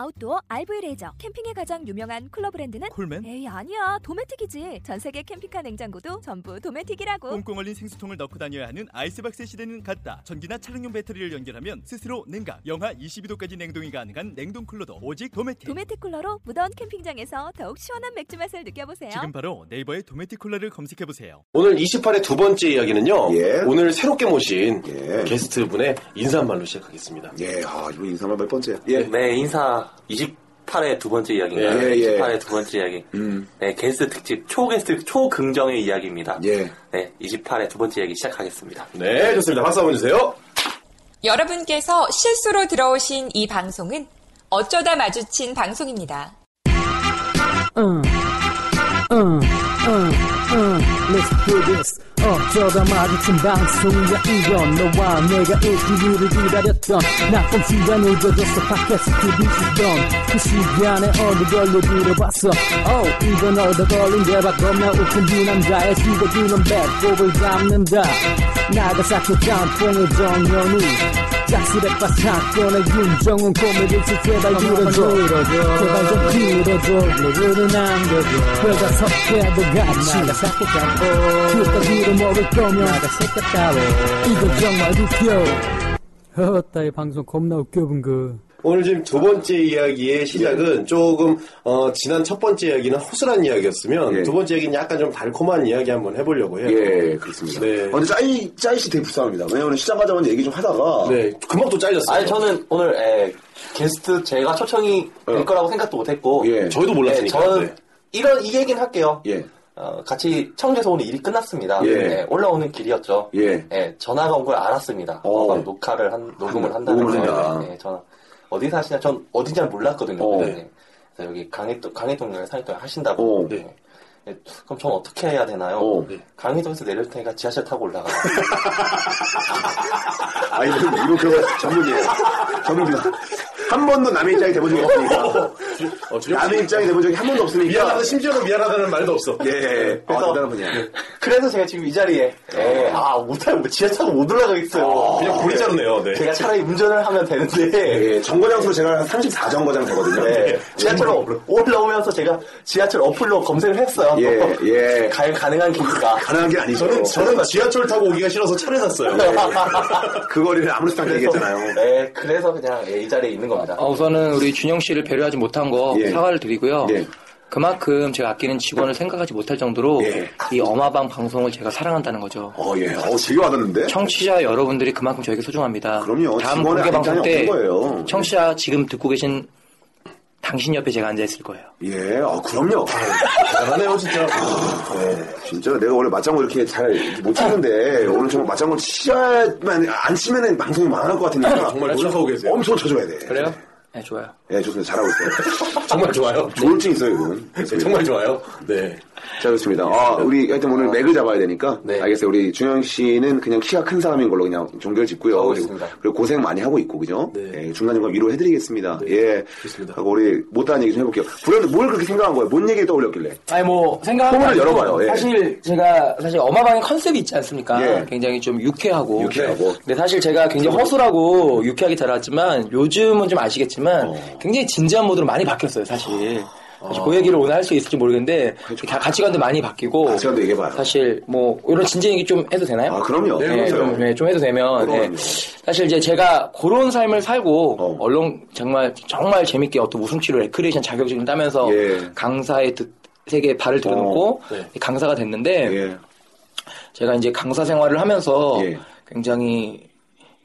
아웃도어 RV 레저 캠핑에 가장 유명한 쿨러 브랜드는 콜맨? 에이 아니야 도메틱이지 전 세계 캠핑카 냉장고도 전부 도메틱이라고 꽁꽁 얼린 생수통을 넣고 다녀야 하는 아이스박스 시대는 갔다. 전기나 차량용 배터리를 연결하면 스스로 냉각, 영하 22도까지 냉동이 가능한 냉동 쿨러도 오직 도메틱. 도메틱 쿨러로 무더운 캠핑장에서 더욱 시원한 맥주 맛을 느껴보세요 지금 바로 네이버에 도메틱 쿨러를 검색해 보세요. 오늘 28의 두 번째 이야기는요. 예. 오늘 새롭게 모신 예. 게스트분의 인사말로 시작하겠습니다. 예, 아, 이거 인사말 몇 번째야? 예. 네, 인사 28의 두 번째 네. 이야기인가요? 예, 예. 28의 두 번째 이야기. 음, 네, 게스트 특집, 초게스트, 초긍정의 이야기입니다. 예. 네, 28의 두 번째 이야기 시작하겠습니다. 네, 좋습니다. 박수 한번 주세요. 여러분께서 실수로 들어오신 이 방송은 어쩌다 마주친 방송입니다. Uh, Let's do this. Uh, 어쩌다 마주친 방송이야 이건 너와 내가 일주일을 기다렸던 나쁜 시간 늦어졌어 팟캐스트 비치던 그 시간에 어느 걸로 들어봤어 oh, 이건 얻어 걸린 대박 겁나 웃긴 두 남자의 시도기는 배꼽을 잡는다 나가사키 짬뽕의 정연우 짝스레빠 사건의 윤정훈 코미디스 제발 들어줘 제발 좀 들어줘 모르는 남겨줘 회가 석회도 같이 나가사키 짬뽕 그까지로 먹을 거면 나가사키 따로 이거 정말 웃겨 허따이 방송 겁나 웃겨 본거 오늘 지금 두 번째 이야기의 예. 시작은 조금 어, 지난 첫 번째 이야기는 허술한 이야기였으면 예. 두 번째 이야기는 약간 좀 달콤한 이야기 한번 해보려고 해요. 예, 그렇습니다. 네. 어, 근데 짜이, 짜이씨 되게 불쌍합니다. 왜냐면 시장 가자마자 얘기 좀 하다가. 네, 금방 또 잘렸어요. 아니, 저는 오늘, 에, 게스트 제가 초청이 될 어. 거라고 생각도 못 했고. 예. 저희도 몰랐으니까. 저는 네. 이런, 이 얘기는 할게요. 예. 어, 같이 청주에서 오늘 일이 끝났습니다. 예. 네, 올라오는 길이었죠. 네, 예. 전화가 온 걸 알았습니다. 어. 어, 바로 녹화를 한, 녹음을 한- 한다는 녹음을 거예요. 한다. 네, 전화. 어디 사시냐? 전 어딘지 잘 몰랐거든요. 어. 네. 그래서 여기 강해동, 강해동에 사니까 하신다고. 어. 네. 네, 그럼 전 어떻게 해야 되나요? 네. 어. 강해동에서 내릴 테니까 지하철 타고 올라가. 아, 이거, 이거 그거 전문이에요. 전문이다. 한 번도 남의 입장이 돼본 적이 없으니까. 어, 저 남의 입장이 돼본 적이 한 번도 없으니까. 미안하다, 심지어는 미안하다는 말도 없어. 예. 아, 그래서- 대단한 분이야. 그래서 제가 지금 이 자리에 예, 어. 아 못하면 지하철 타고 못 올라가겠어요. 그냥 고리자루네요. 네. 제가 차라리 운전을 하면 되는데 아. 예, 정거장수로 제가 한 34정거장 되거든요. 네. 지하철로 올라오면서 제가 지하철 어플로 검색을 했어요. 네, 예, 예. 가, 가능한 길인가. 가능한 게 아니죠. 네. 저는, 저는 지하철 타고 오기가 싫어서 차를 샀어요. 그 거리를 아무렇지도 않게 얘기했잖아요. 네, 그래서 그냥 예, 이 자리에 있는 겁니다. 아, 우선은 우리 준영 씨를 배려하지 못한 거 예. 어, 사과를 드리고요. 예. 그만큼 제가 아끼는 직원을 생각하지 못할 정도로 예. 이 어마방 방송을 제가 사랑한다는 거죠. 어, 예. 어, 되게 와닿는데? 청취자 여러분들이 그만큼 저에게 소중합니다. 그럼요. 다음 직원의 공개 방송 아낌장이 때 없는 거예요. 청취자 지금 듣고 계신 당신 옆에 제가 앉아 있을 거예요. 예, 어, 그럼요. 아, 대단하네요, 진짜. 예. 네, 진짜 내가 원래 맞장구 이렇게 잘 못 치는데 오늘 정말 맞장구 치야만 안 치면은 방송이 망할 것 아, 같으니까 정말 노력하고 계세요. 엄청 쳐줘야 돼. 그래요? 네, 좋아요. 예, 좋습니다. 잘하고 있어요. 정말 좋아요. 네, 조울증 있어요, 이건. 정말 좋아요. 네. 자, 좋습니다. 아, 우리 하여튼 오늘 맥을 잡아야 되니까. 네. 알겠어요. 우리 준영 씨는 그냥 키가 큰 사람인 걸로 그냥 종결 짓고요. 어, 하고 그리고, 있습니다. 그리고 고생 많이 하고 있고, 그죠? 예, 중간중간 위로해드리겠습니다. 예. 네. 좋습니다. 하고 우리 못다한 얘기 좀 해볼게요. 불현듯 뭘 그렇게 생각한 거예요? 뭔 얘기 떠올렸길래? 아니 뭐 생각하면 포문을 열어봐요. 예. 사실 제가 사실 어마방의 컨셉이 있지 않습니까? 예. 굉장히 좀 유쾌하고. 유쾌하고. 그렇죠. 근데 사실 제가 굉장히 허술하고 유쾌하게 자랐지만 요즘은 좀 아시겠지만 어. 굉장히 진지한 모드로 많이 바뀌었어요, 사실. 사실 그 얘기를 오늘 할 수 있을지 모르겠는데 가- 가치관도 많이 바뀌고. 어. 그렇죠. 가치관도 아, 얘기해봐요. 사실 뭐 이런 진지 얘기 좀 해도 되나요? 아, 그럼요. 네, 네, 그러세요. 좀, 네, 좀 해도 되면 그럼요. 네. 사실 이제 제가 그런 삶을 살고 어. 언론 정말 정말 재밌게 어떤 웃음치료 레크레이션 자격증을 따면서 예. 어. 강사의 뜻 세계에 발을 들여놓고 강사가 됐는데 예. 제가 이제 강사 생활을 하면서 예. 굉장히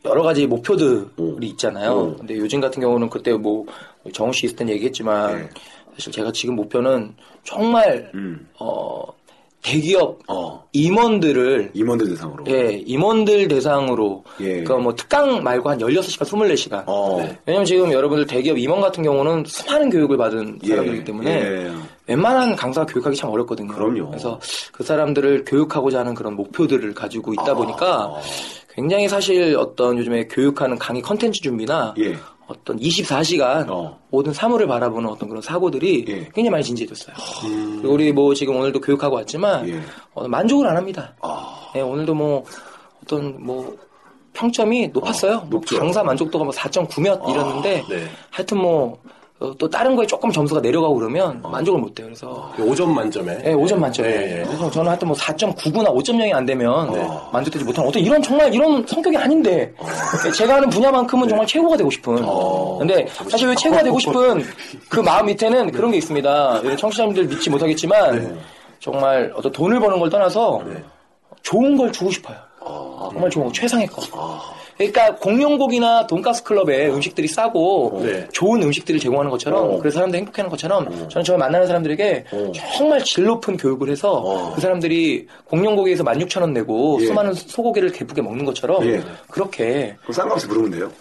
여러 가지 목표들이 음. 있잖아요. 음. 근데 요즘 같은 경우는 그때 뭐 정우 씨 있을 땐 얘기했지만 예. 사실 제가 지금 목표는 정말 음. 어, 대기업 어. 임원들을 임원들 대상으로. 예, 임원들 대상으로. 예. 그러니까 뭐 특강 말고 한 16시간, 24시간. 어. 네. 왜냐면 지금 여러분들 대기업 임원 같은 경우는 수많은 교육을 받은 예, 사람들이기 때문에 예. 웬만한 강사 교육하기 참 어렵거든요. 그럼요. 아. 래서그 사람들을 교육하고자 하는 그런 목표들을 가지고 있다 보니까 굉장히 사실 어떤 요즘에 교육하는 강의 컨텐츠 준비나 예. 어떤 24시간 어. 모든 사물을 바라보는 어떤 그런 사고들이 예. 음. 굉장히 많이 진지해졌어요. 그리고 우리 뭐 지금 오늘도 교육하고 왔지만 예. 어, 만족을 안 합니다. 아. 예, 오늘도 뭐 어떤 뭐 평점이 높았어요. 뭐 높죠. 강사 만족도가 뭐 4.9몇 이랬는데 네. 하여튼 뭐 또 다른 거에 조금 점수가 내려가고 그러면 아. 만족을 못 해요. 그래서 5점 만점에. 네. 예, 5점 만점에. 예, 예. 그래서 저는 하여튼 뭐 4.9구나 5.0이 안 되면 네. 만족되지 못하는 어떤 이런 정말 이런 성격이 아닌데 예, 제가 하는 분야만큼은 정말 최고가 되고 싶은. 네. 어. 근데 사실 왜 최고가 되고 싶은 그 마음 밑에는 네. 그런 게 있습니다. 우리 청취자님들 믿지 못하겠지만 정말 어떤 돈을 버는 걸 떠나서 네. 좋은 걸 주고 싶어요. 아. 아, 정말 좋은 거, 최상의 거. 그러니까 공룡고기나 돈가스 클럽에 음식들이 싸고 네. 좋은 음식들을 제공하는 어. 것처럼 그래서 사람들이 행복해하는 것처럼 저는 정말 만나는 사람들에게 정말 질 높은 교육을 해서 그 사람들이 공룡고기에서 16,000원 내고 어. 예. 수많은 소고기를 개쁘게 먹는 것처럼 예. 그렇게 그럼 싼값에 부르면 돼요.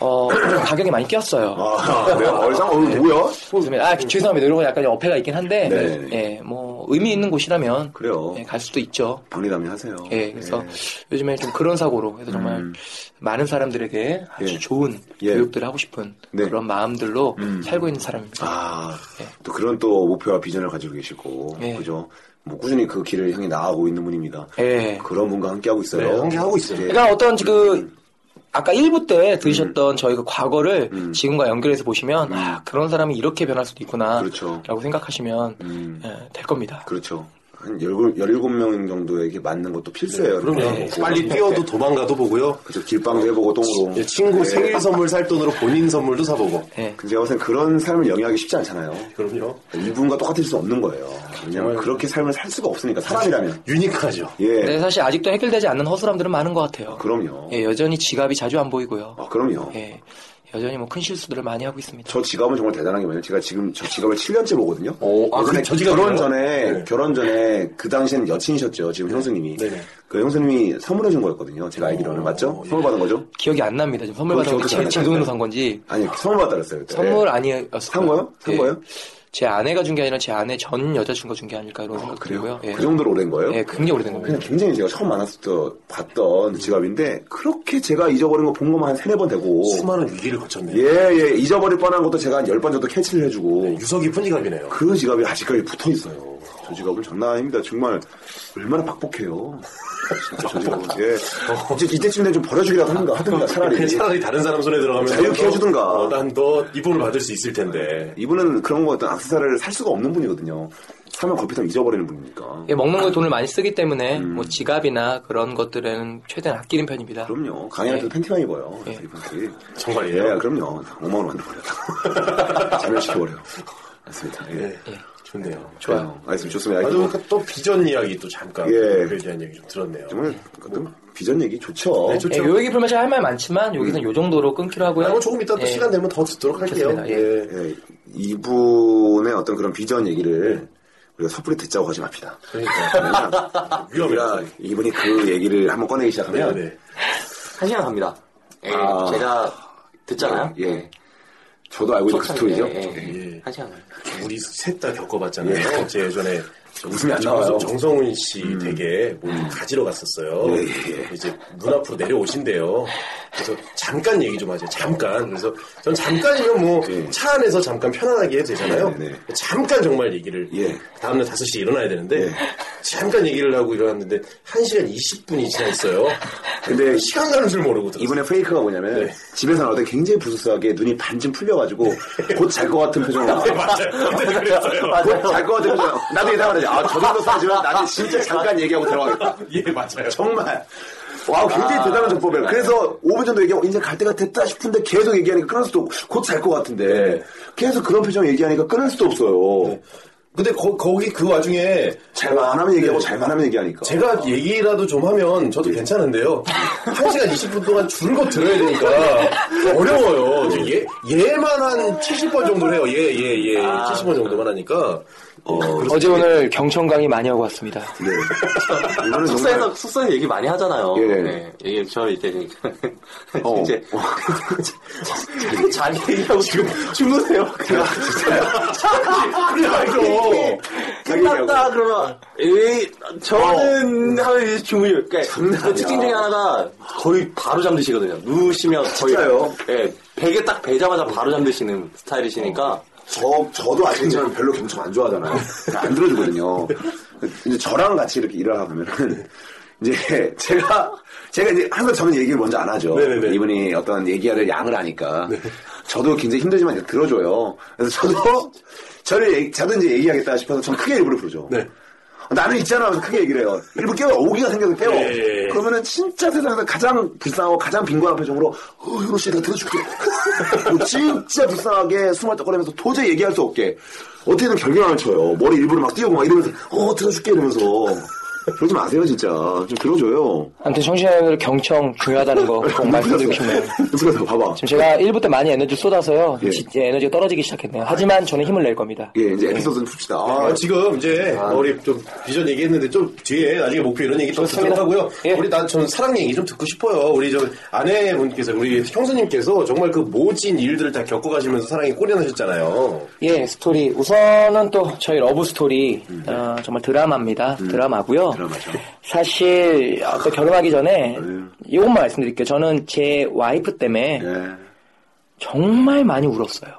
어, 가격이 많이 뛰었어요. 아, 내가 얼상 오늘 뭐야? 그렇습니다. 아, 죄송합니다. 이런 거 약간 어폐가 있긴 한데 네. 예, 뭐 의미 있는 곳이라면 그래요. 예, 갈 수도 있죠. 박리담이 하세요. 예, 그래서 요즘에 좀 그런 사고로 해서 정말 많은 사람들에게 아주 음. 예. 좋은 예. 교육들을 하고 싶은 네. 그런 마음들로 살고 있는 사람입니다. 아, 또 그런 또 목표와 비전을 가지고 계시고, 예. 그죠? 뭐 꾸준히 그 길을 향해 나아가고 있는 분입니다. 예. 그런 분과 함께하고 있어요. 네, 함께하고 있어요. 예. 예. 그러니까 어떤 그 아까 1부 때 들으셨던 음. 저희가 그 과거를 지금과 연결해서 보시면 아, 그런 사람이 이렇게 변할 수도 있구나 그렇죠. 라고 생각하시면 음. 예, 될 겁니다. 그렇죠. 한 17명 정도에게 맞는 것도 필수예요. 그럼요. 네. 빨리 뛰어도 도망가도 보고요. 그죠. 길빵도 해보고 똥으로. 예, 친구 네. 생일 선물 살 돈으로 본인 선물도 사보고. 예. 근데 제가 봤을 땐 그런 삶을 영위하기 쉽지 않잖아요. 그럼요. 이분과 똑같을 수 없는 거예요. 왜냐면 그렇게 삶을 살 수가 없으니까, 사람이라면. 유니크하죠. 예. 근데 사실 아직도 해결되지 않는 허술함들은 많은 것 같아요. 그럼요. 네. 예, 여전히 지갑이 자주 안 보이고요. 아, 그럼요. 예, 여전히 뭐 큰 실수들을 많이 하고 있습니다. 저 지갑은 정말 대단한 게 뭐냐면 제가 지금 저 지갑을 7년째 보거든요. 오, 아, 예전에 그- 저 지갑이요? 결혼 전에 네. 결혼 전에 그 당시에는 여친이셨죠. 지금 형수님이. 네네. 어. 그 형수님이 선물해 준 거였거든요. 제가 알기로는 맞죠? 선물 받은 거죠? 기억이 안 납니다. 지금 선물 그거 받은 건지 기억도 안 제, 제 돈으로 나요. 산 건지 아니, 선물 받다 그랬어요. 그때. 선물 예. 아니었어요. 산 거요? 네. 산 예. 거예요? 제 아내가 준 게 아니라 제 아내 전 여자친구가 준 게 아닐까 이런 생각 들고요. 예. 그 정도로 오랜 거예요? 예, 굉장히 오래된 겁니다. 그냥 굉장히 제가 처음 만났을 때 봤던 지갑인데 그렇게 제가 잊어버린 거 본 것만 한 세네 번 되고 수많은 위기를 거쳤네요. 예, 예. 잊어버릴 뻔한 것도 제가 한 열 번 정도 캐치를 해주고 네, 네, 유서 깊은 지갑이네요. 그 지갑이 아직까지 붙어 있어요. 저 지갑은 장난 아닙니다. 정말 얼마나 박복해요. 진짜 저 지갑은. 예. 이제 이때쯤 되면 좀 버려주기라도 하는가 하든가 차라리. 그냥 차라리 다른 사람 손에 들어가면 자유롭게 난 더- 해주든가. 어, 난더 이쁨을 받을 수 있을 텐데. 네. 이분은 그런 거 어떤 악세사리를 살 수가 없는 분이거든요. 사면 걸핏하면 잊어버리는 분이니까. 예, 먹는 거에 돈을 많이 쓰기 때문에 뭐 지갑이나 그런 것들에는 최대한 아끼는 편입니다. 그럼요. 강의할 때도 팬티만 입어요. 이분들이. 정말이에요? 예, 그럼요. 5만 원 만들어버려요. 자멸시켜버려요. 맞습니다. 예. 예. 좋네요. 네. 좋아요. 알겠습니다. 좋습니다. 아주 아주 아까 또 비전 이야기 또 잠깐 예. 그에 대한 얘기 좀 들었네요. 정말 어떤 비전 얘기 좋죠. 네, 예, 좋죠. 요 얘기 풀면 제가 할말 많지만 여기서는 요 정도로 끊기로 하고요. 그럼 아, 뭐 조금 이따 또 예. 시간 되면 더 듣도록 할게요. 좋습니다. 예. 예. 뭐, 예, 이분의 어떤 그런 비전 얘기를 우리가 섣불리 듣자고 하지 맙시다. 그러니까 위험해요. 이분이 그 얘기를 한번 꺼내기 시작하면 네, 네. 한 시간 갑니다. 예, 아. 제가 듣잖아요. 네. 예, 저도 알고 있는 그 초창기, 스토리죠. 예, 예. 예. 한 시간 갑니다. 우리 셋 다 겪어봤잖아요. 제 예전에 웃음이 안 나와요. 음. 정성훈 씨 댁에 뭐 가지러 갔었어요. 예, 예, 이제 문 앞으로 내려오신대요. 그래서 잠깐 얘기 좀 하죠. 잠깐. 그래서 전 잠깐이면 뭐 차 안에서 잠깐 편안하게 해도 되잖아요. 예. 네, 네. 잠깐 정말 얘기를. 예. 다음날 5시에 일어나야 되는데 예. 잠깐 얘기를 하고 일어났는데 1시간 20분이 지나 있어요. 근데 시간 가는 줄 모르고 들었어요. 이분의 페이크가 뭐냐면 네. 집에서 나올 때 굉장히 부스스하게 눈이 반쯤 풀려가지고 곧 잘 것 같은 표정으로 네, 맞아요. 그때 그랬어요. 곧잘것 같은 표정 나도 예상을 하지 아저 정도 싸지만 나는 진짜 잠깐 얘기하고 들어가겠다 예, 맞아요. 아. 정말. 와, 굉장히 대단한 정법이에요. 그래서 5분 정도 얘기하고 이제 갈 때가 됐다 싶은데 계속 얘기하니까 끊을 수도 곧 잘 것 같은데 네. 계속 그런 표정 얘기하니까 끊을 수도 없어요. 근데 거, 거기 그 와중에 잘만 안 하면 얘기하고 잘만 하면 얘기하니까. 제가 얘기라도 좀 하면 저도 괜찮은데요. 1시간 20분 동안 줄곧 들어야 되니까 어려워요. 저 얘, 얘만 한 70번 정도를 해요. 얘, 얘, 얘. 아, 70번 정도만 하니까. 어, 그래서 어제 오늘 경청 강의 많이 하고 왔습니다. 네. 이거는 정말 숙소에서 숙소에서 얘기 많이 하잖아요. 예. 네, 얘기 저 이제 어. 이제 자기 얘기하고 지금 주무세요. 제가 아, 진짜 그래요, 이거. 이게 끝났다 그러면 에이 어. 저는 하면 주무요. 그러니까 그 특징 중에 하나가 거의 바로 잠드시거든요. 누우시면 거의 진짜요? 예 베개 딱 베자마자 바로 잠드시는 어. 스타일이시니까 저, 저도 아시겠지만 별로 경청 안 좋아하잖아요. 그러니까 안 들어주거든요. 이제 저랑 같이 이렇게 일을 하다 보면은, 이제 제가, 제가 이제 항상 저는 얘기를 먼저 안 하죠. 네네네. 네. 이분이 어떤 얘기할 양을 하니까. 저도 굉장히 힘들지만 이제 들어줘요. 그래서 저도, 저를, 얘기- 저도 이제 얘기하겠다 싶어서 전 크게 일부러 부르죠. 네. 나는 있잖아 하면서 크게 얘기를 해요. 일부 깨워, 오기가 생겨서 깨워. 예, 예. 그러면은 진짜 세상에서 가장 불쌍하고 가장 빈곤한 표정으로, 어, 현호 씨, 나 들어줄게. 그리고 진짜 불쌍하게 숨을 떡거리면서 도저히 얘기할 수 없게. 어떻게든 결경을 쳐요. 머리 일부러 막 띄우고 막 이러면서, 어, 들어줄게 이러면서. 그러지 마세요, 진짜. 좀 들어줘요. 뭐 아무튼 청취자분들 경청 중요하다는 거 꼭 말씀드리고 그렇죠. 싶네요. 그래서 봐봐. 지금 제가 1부 때 많이 에너지 쏟아서요. 예. 진짜 에너지가 떨어지기 시작했네요. 하지만 저는 힘을 낼 겁니다. 예, 이제 에피소드는 풉시다. 아, 네. 네. 지금 이제 우리 좀 비전 얘기했는데 좀 뒤에 나중에 목표 이런 얘기 좀 좋습니다. 듣도록 하고요. 예. 우리 난 저는 사랑 얘기 좀 듣고 싶어요. 우리 저 아내분께서 우리 형수님께서 정말 그 모진 일들을 다 겪어가시면서 사랑에 꼬리나셨잖아요. 예, 스토리. 우선은 또 저희 러브 스토리. 어, 정말 드라마입니다. 드라마고요. 드라마죠. 사실 어, 또 결혼하기 전에 이것만 말씀드릴게요. 저는 제 와이프 때문에 예. 정말 많이 울었어요.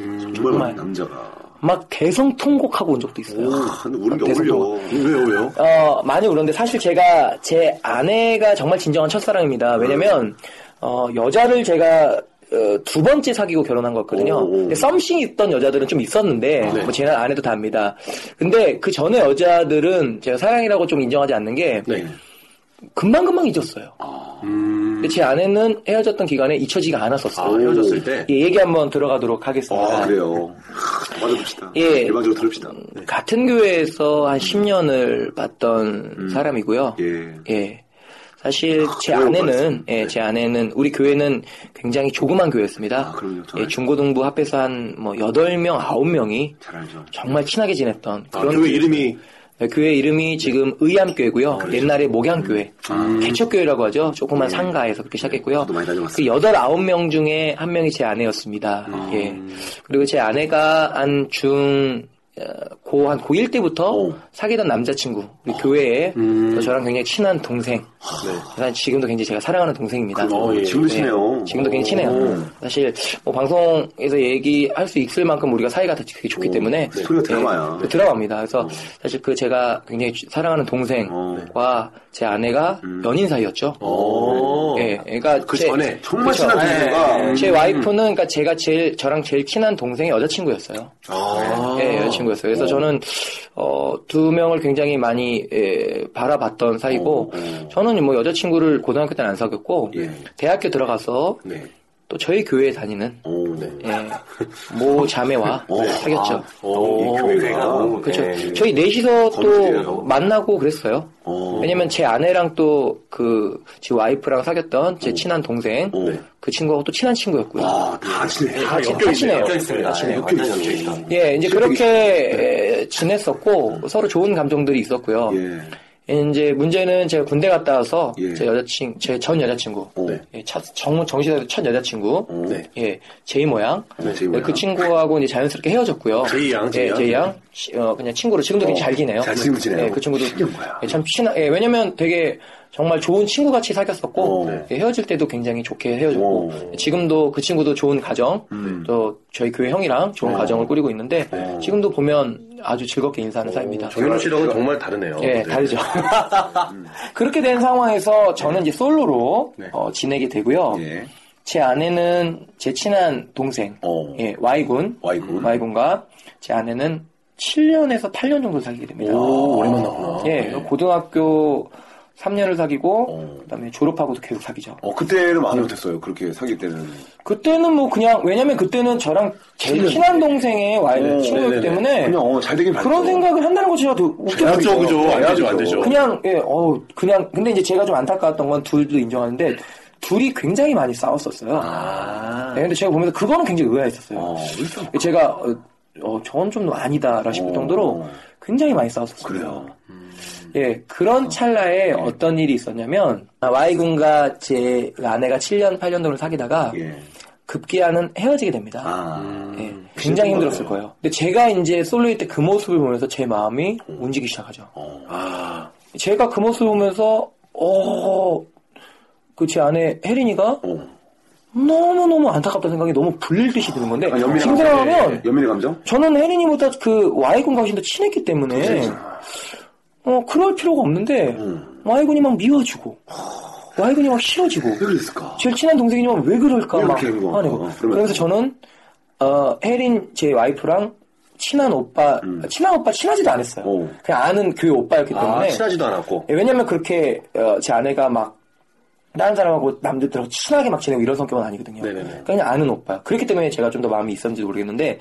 음, 정말 남자가. 막 대성 통곡하고 온 적도 있어요. 아, 근데 우는 게 대성 통곡. 어울려. 왜요, 왜요? 어, 많이 울었는데 사실 제가 제 아내가 정말 진정한 첫사랑입니다. 음. 왜냐면 어, 여자를 제가 어, 두 번째 사귀고 결혼한 거였거든요. 오. 네. 근데 썸씽이 있던 여자들은 좀 있었는데 뭐 제는 아내도 다 압니다. 근데 그 전에 여자들은 제가 사랑이라고 좀 인정하지 않는 게 네. 금방 금방 잊었어요. 아. 음. 근데 제 아내는 헤어졌던 기간에 잊혀지가 않았었어요. 아, 헤어졌을 때? 예, 얘기 한번 들어가도록 하겠습니다. 아, 그래요. 하, 맞아 봅시다. 예. 일반적으로 들읍시다. 네. 같은 교회에서 한 10년을 봤던 사람이고요. 음. 예. 예. 사실 제 어려운 아내는 말씀. 예, 제 아내는 우리 교회는 굉장히 조그만 교회였습니다. 네. 아, 그럼요. 잘 예, 알죠. 중고등부 합해서 한뭐 8명, 9명이 잘 알죠. 정말 친하게 지냈던 아, 그런 교회 이름이 네, 교회 이름이 지금 아, 의암교회고요. 옛날에 목양교회, 개척교회라고 하죠. 조그만 상가에서 그렇게 시작했고요. 음. 네. 저도 많이 다녀봤어요. 그 여덟 아홉 명 중에 한 명이 제 아내였습니다. 예. 그리고 제 아내가 한 중, 어, 고, 한 고1 때부터 사귀던 남자친구, 우리 교회에 음. 또 저랑 굉장히 친한 동생. 사실 지금도 굉장히 제가 사랑하는 동생입니다. 네. 네. 그럼, 예. 지금도 친해요. 어. 지금도 굉장히 친해요. 사실, 뭐 방송에서 얘기할 수 있을 만큼 우리가 사이가 되게 좋기 때문에. 네. 스토리가 드라마야. 그 드라마입니다. 그래서 사실 그 제가 굉장히 주- 사랑하는 어. 동생과 제 아내가 연인 사이였죠. 음. 오. 예, 그러니까 그 제- 전에 정말 그쵸. 친한 예, 동생과. 예. 제 와이프는 그러니까 제가 제일 저랑 제일 친한 동생의 여자친구였어요. 아, 네. 예, 여자친구였어요. 그래서 저는 어, 두 명을 굉장히 많이 예, 바라봤던 사이고 저는 뭐 여자친구를 고등학교 때는 안 사귀었고 예. 대학교 들어가서 네. 또 저희 교회에 다니는 오, 네. 예, 모 자매와 사귀었죠. 아, 오, 네. 이 교회가. 그렇죠. 예. 저희 넷이서 거미줄이에요. 또 만나고 그랬어요. 어. 왜냐면 제 아내랑 또 그, 제 와이프랑 사귀었던 제 친한 동생, 오. 그 친구하고 또 친한 친구였고요. 아, 다 친해. 네, 다 친- 다 친해요. 있습니다. 네, 엮여 완전 있어요. 엮여 있다. 예, 이제 그렇게 네. 에, 지냈었고, 서로 좋은 감정들이 있었고요. 음. 예. 이제 문제는 제가 군대 갔다 와서, 예. 제 여자친, 제 전 여자친구, 네. 예, 첫- 정, 정시대도 첫 여자친구, 네. 예, 제이 모양, 제이 예, 모양. 그 친구하고 이제 자연스럽게 헤어졌고요. 제이 양, 제이 예, 양. 제이 양, 시- 어, 그냥 친구로 지금도 굉장히 잘 지내요. 잘 친구 지내요. 예, 그 친구도 신기한 거야. 예, 참 친한, 예, 왜냐면 되게 정말 좋은 친구 같이 사귀었었고 어, 네. 예, 헤어질 때도 굉장히 좋게 헤어졌고 오. 지금도 그 친구도 좋은 가정, 음. 또 저희 교회 형이랑 어. 좋은 가정을 꾸리고 있는데 지금도 보면 아주 즐겁게 인사하는 어, 사이입니다. 그렇죠. 정현우 씨랑은 정말 다르네요. 예, 네. 다르죠. 음. 그렇게 된 상황에서 저는 이제 솔로로 어, 지내게 되고요. 네. 예. 제 아내는 제 친한 동생, 어. 예, 음, 아. Y군, 와이군. Y군과 제 아내는 7년에서 8년 정도 사귀게 됩니다. 오, 오래 만났구나. 예, 고등학교 3년을 사귀고, 네. 어. 그다음에 졸업하고도 계속 사귀죠. 어, 그때는 마음이 어땠어요? 그렇게 사귈 때는. 그때는 뭐 그냥, 왜냐면 그때는 저랑 제일 친한 동생의 와이프 네, 친구이기 때문에, 네, 그냥, 어, 잘 되긴 봤죠. 그런 생각을 한다는 것 자체가 되게 맞죠, 웃겨요. 그죠? 안 되죠, 안 그죠. 되죠. 그냥 예, 어 그냥 근데 이제 제가 좀 안타까웠던 건 둘도 인정하는데 둘이 굉장히 많이 싸웠었어요. 네, 근데 제가 보면서 그거는 굉장히 의아했었어요. 아. 어, 왜 이렇게 제가 어, 어, 저건 좀 아니다라 싶을 정도로 굉장히 많이 싸웠었어요. 어. 그래요? 어. 네. 예, 그런 찰나에 어떤 아, 일이 있었냐면 Y군과 제 아내가 7년, 8년 동안 사귀다가 예. 아. 급기야는 헤어지게 됩니다. 예, 음, 굉장히 힘들었을 거예요. 근데 제가 이제 솔로일 때 그 모습을 보면서 제 마음이 움직이기 시작하죠. 어. 아. 제가 그 모습을 보면서 어, 그 제 아내 혜린이가 어. 너무너무 안타깝다 생각이 너무 불릴 듯이 드는 건데 아, 연민의 힘들어하면 감정. 연민의 감정? 저는 혜린이보다 그 와이군과 훨씬 더 친했기 때문에 어 그럴 필요가 없는데 음. 와이군이 막 미워지고 와이군이 막 싫어지고 왜 그랬을까? 제일 친한 동생이지만 왜 그럴까 왜 막 이렇게 행동하고, 화내고 어, 그러면- 그러면서 저는 어 혜린 제 와이프랑 친한 오빠 친한 오빠 친하지도 않았어요 오. 그냥 아는 그 오빠였기 때문에 음. 아, 친하지도 않았고. 예, 왜냐면 그렇게 어, 제 아내가 막 다른 사람하고 남들들하고 친하게 막 지내고 이런 성격은 아니거든요. 네네네. 그러니까 그냥 아는 오빠. 그렇기 때문에 제가 좀 더 마음이 있었는지도 모르겠는데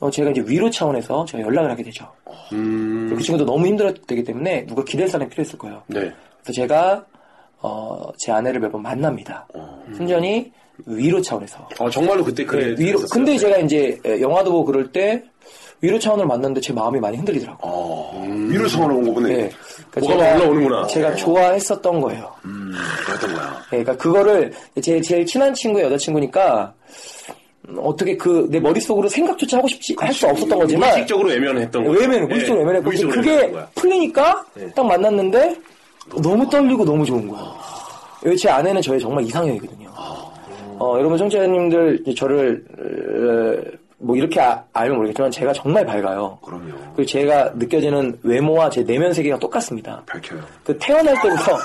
어, 제가 이제 위로 차원에서 제가 연락을 하게 되죠. 음. 그 친구도 너무 힘들었기 때문에 누가 기댈 사람이 필요했을 거예요. 네. 그래서 제가 어, 제 아내를 몇 번 만납니다. 어. 순전히 위로 차원에서. 아, 정말로 그때 그래. 예, 위로. 네. 근데 제가 이제 에, 영화도 보고 그럴 때 위로 차원을 만났는데 제 마음이 많이 흔들리더라고요. 음. 위로 청하러 온 거 보네. 네. 어, 뭐가 제가- 올라오는구나. 네. 제가 좋아했었던 거예요. 그랬던 거야. 예, 그러니까 그거를 제 제일 친한 친구의 여자친구니까 음, 어떻게 그 내 머릿속으로 생각조차 하고 싶지 할 수 음, 없었던 거지만 무의식적으로 외면했던 거예요. 어, 외면해 물속으로 예, 외면했고 무의식적으로 그게 외면한 거야. 예. 풀리니까 딱 만났는데 너무 떨리고 너무 좋은 거야. 왜제 아내는 저의 정말 이상형이거든요. 아, 음. 어, 여러분 청취자님들 이제 저를 어, 뭐 이렇게 아- 알면 모르겠지만 제가 정말 밝아요. 그럼요. 그리고 제가 느껴지는 외모와 제 내면 세계가 똑같습니다. 밝혀요. 그 태어날 때부터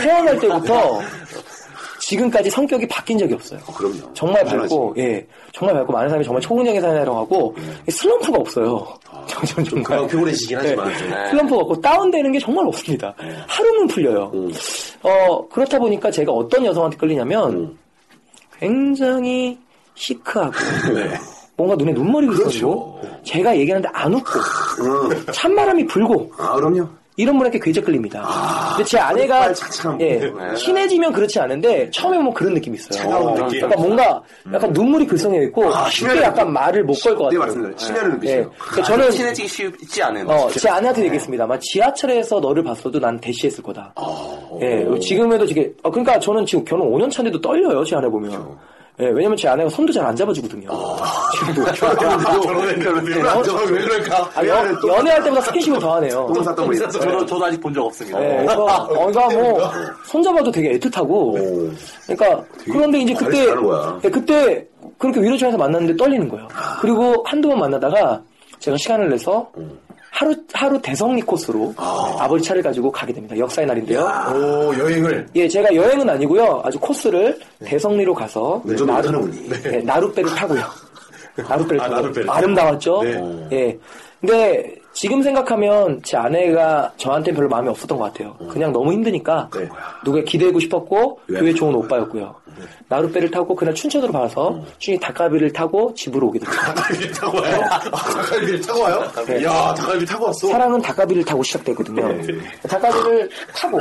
태어날 때부터 지금까지 성격이 바뀐 적이 없어요. 그럼요. 정말 당연하지. 밝고 예 정말 밝고 많은 사람이 정말 초근형의 사나이라고 하고 슬럼프가 없어요. 점점 예. 아, 그만 정말 피곤해지긴 하지만. 네. 좀. 예. 슬럼프가 없고 다운되는 게 정말 없습니다. 하루는 풀려요. 음. 어 그렇다 보니까 제가 어떤 여성한테 끌리냐면 음. 굉장히 시크하고 네. 뭔가 눈에 눈머리를 그렇죠. 써주고 제가 얘기하는데 안 웃고 음. 찬바람이 불고 아, 그럼요. 이런 분에게 굉장히 끌립니다. 근데 제 아내가 정말 차차한 예, 분이에요. 친해지면 그렇지 않은데 처음에 보면 그런 느낌이 있어요. 차가운 어, 느낌. 약간 뭔가 약간 눈물이 글썽여 있고 쉽게 심혈을 약간 말을 못 걸 것 네, 같아요. 맞습니다. 심혈을 예. 눈빛이요. 그러니까 저는 친해지기 쉽지 않은. 어, 제 아내한테 얘기했습니다만 지하철에서 너를 봤어도 난 대시했을 거다. 예, 지금에도 이게 어, 그러니까 저는 지금 결혼 5년 차인데도 떨려요 제 아내 보면. 예, 왜냐면 제 아내가 손도 잘 안 잡아주거든요. 지금도. 결혼했는데 아, 왜 안 좋아? 왜 그럴까? 아, 연, 연애할 때보다 스킨십을 더 하네요. 너무 샀던 거 있어. 저도, 저도 아직 본 적 없습니다. 네, 그래서 어, 이거 뭐 손잡아도 되게 애틋하고. 그러니까 그런데 이제 그때 잘하는 거야. 아. 네, 그때 그렇게 위로천에서 만났는데 떨리는 거예요. 그리고 한두번 만나다가 제가 시간을 내서 음. 하루 하루 대성리 코스로 아. 버지 차를 가지고 가게 됩니다. 역사의 날인데요. 오, 여행을. 예, 제가 여행은 아니고요. 아주 코스를 네. 대성리로 가서 운전을 나루- 못하는군요. 네, 나룻배를 타고요. 나룻배를 아, 타고 나룻배를 타고. 아름다웠죠. 네. 예. 근데 지금 생각하면 제 아내가 저한테 별로 마음이 없었던 것 같아요. 그냥 너무 힘드니까 그런 거야. 누가 기대고 싶었고 왜? 교회 좋은 오빠였고요. 네. 나룻배를 타고 그날 춘천으로 가서 음. 춘이 닭갈비를 타고 집으로 오게 됩니다. 닭갈비를 타고 와요? 아, 닭갈비를 타고 와요? 네. 야, 닭갈비 타고 왔어. 사랑은 닭갈비를 타고 시작되거든요. 닭갈비를 타고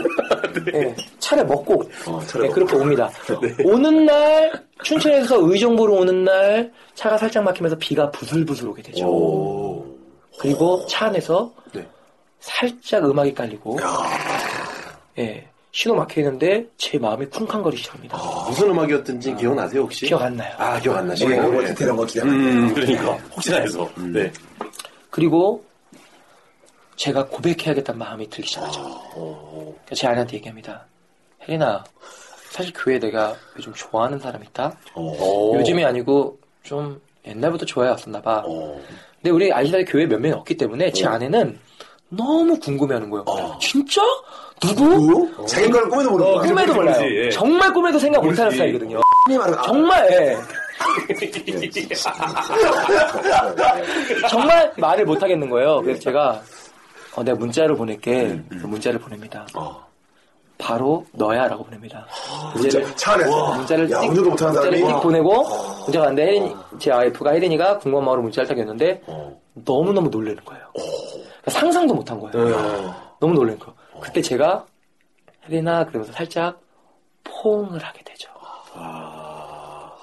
예, 아. 차를 먹고 네. 차를 예, 그렇게 옵니다. 오는 날 춘천에서 의정부로 오는 날 차가 살짝 막히면서 비가 부슬부슬 오게 네. 되죠. 그리고 차 안에서 살짝 음악이 깔리고 예, 신호 막혀 있는데 제 마음이 쿵쾅거리기 시작합니다. 무슨 음악이었든지 기억나세요, 혹시? 아, 기억 안 나요. 아, 기억 안 나시죠? 네, 뭐 대단한 거 기대하는 음, 그러니까. 혹시나 해서. 음. 네. 그리고 제가 고백해야겠다는 마음이 들기 시작하죠. 그래서 제 아내한테 얘기합니다. 혜린아, 사실 교회에 내가 요즘 좋아하는 사람 있다? 요즘이 아니고 좀 옛날부터 좋아해왔었나 봐. 근데 우리 아시다시피 교회 몇 명이 없기 때문에 제 아내는 너무 궁금해하는 거예요. 진짜? 어. 누구? 거. 자기 걸 꿈에도 모르는 거야. 꿈에도 몰라요. 정말 꿈에도 생각 못하는 스타일이거든요. 예. 정말 예. 정말 말을 못 하겠는 거예요. 그래서 제가 어, 내가 문자를 보낼게. 문자를 보냅니다. 바로 너야라고 보냅니다. 문자, 차 안에서. 문자를 야, 띡- 운전도 못하는 문자를 사람이. 어. 띡 보내고 문자가 왔는데 혜린- 제 와이프가 혜린이가 궁금한 마음으로 문자를 딱 였는데 어. 너무 너무 놀라는 거예요. 그러니까 상상도 못한 거예요. 네. 너무 놀라는 거예요. 어. 그때 제가 혜린아 그러면서 살짝 포옹을 하게 되죠. 아.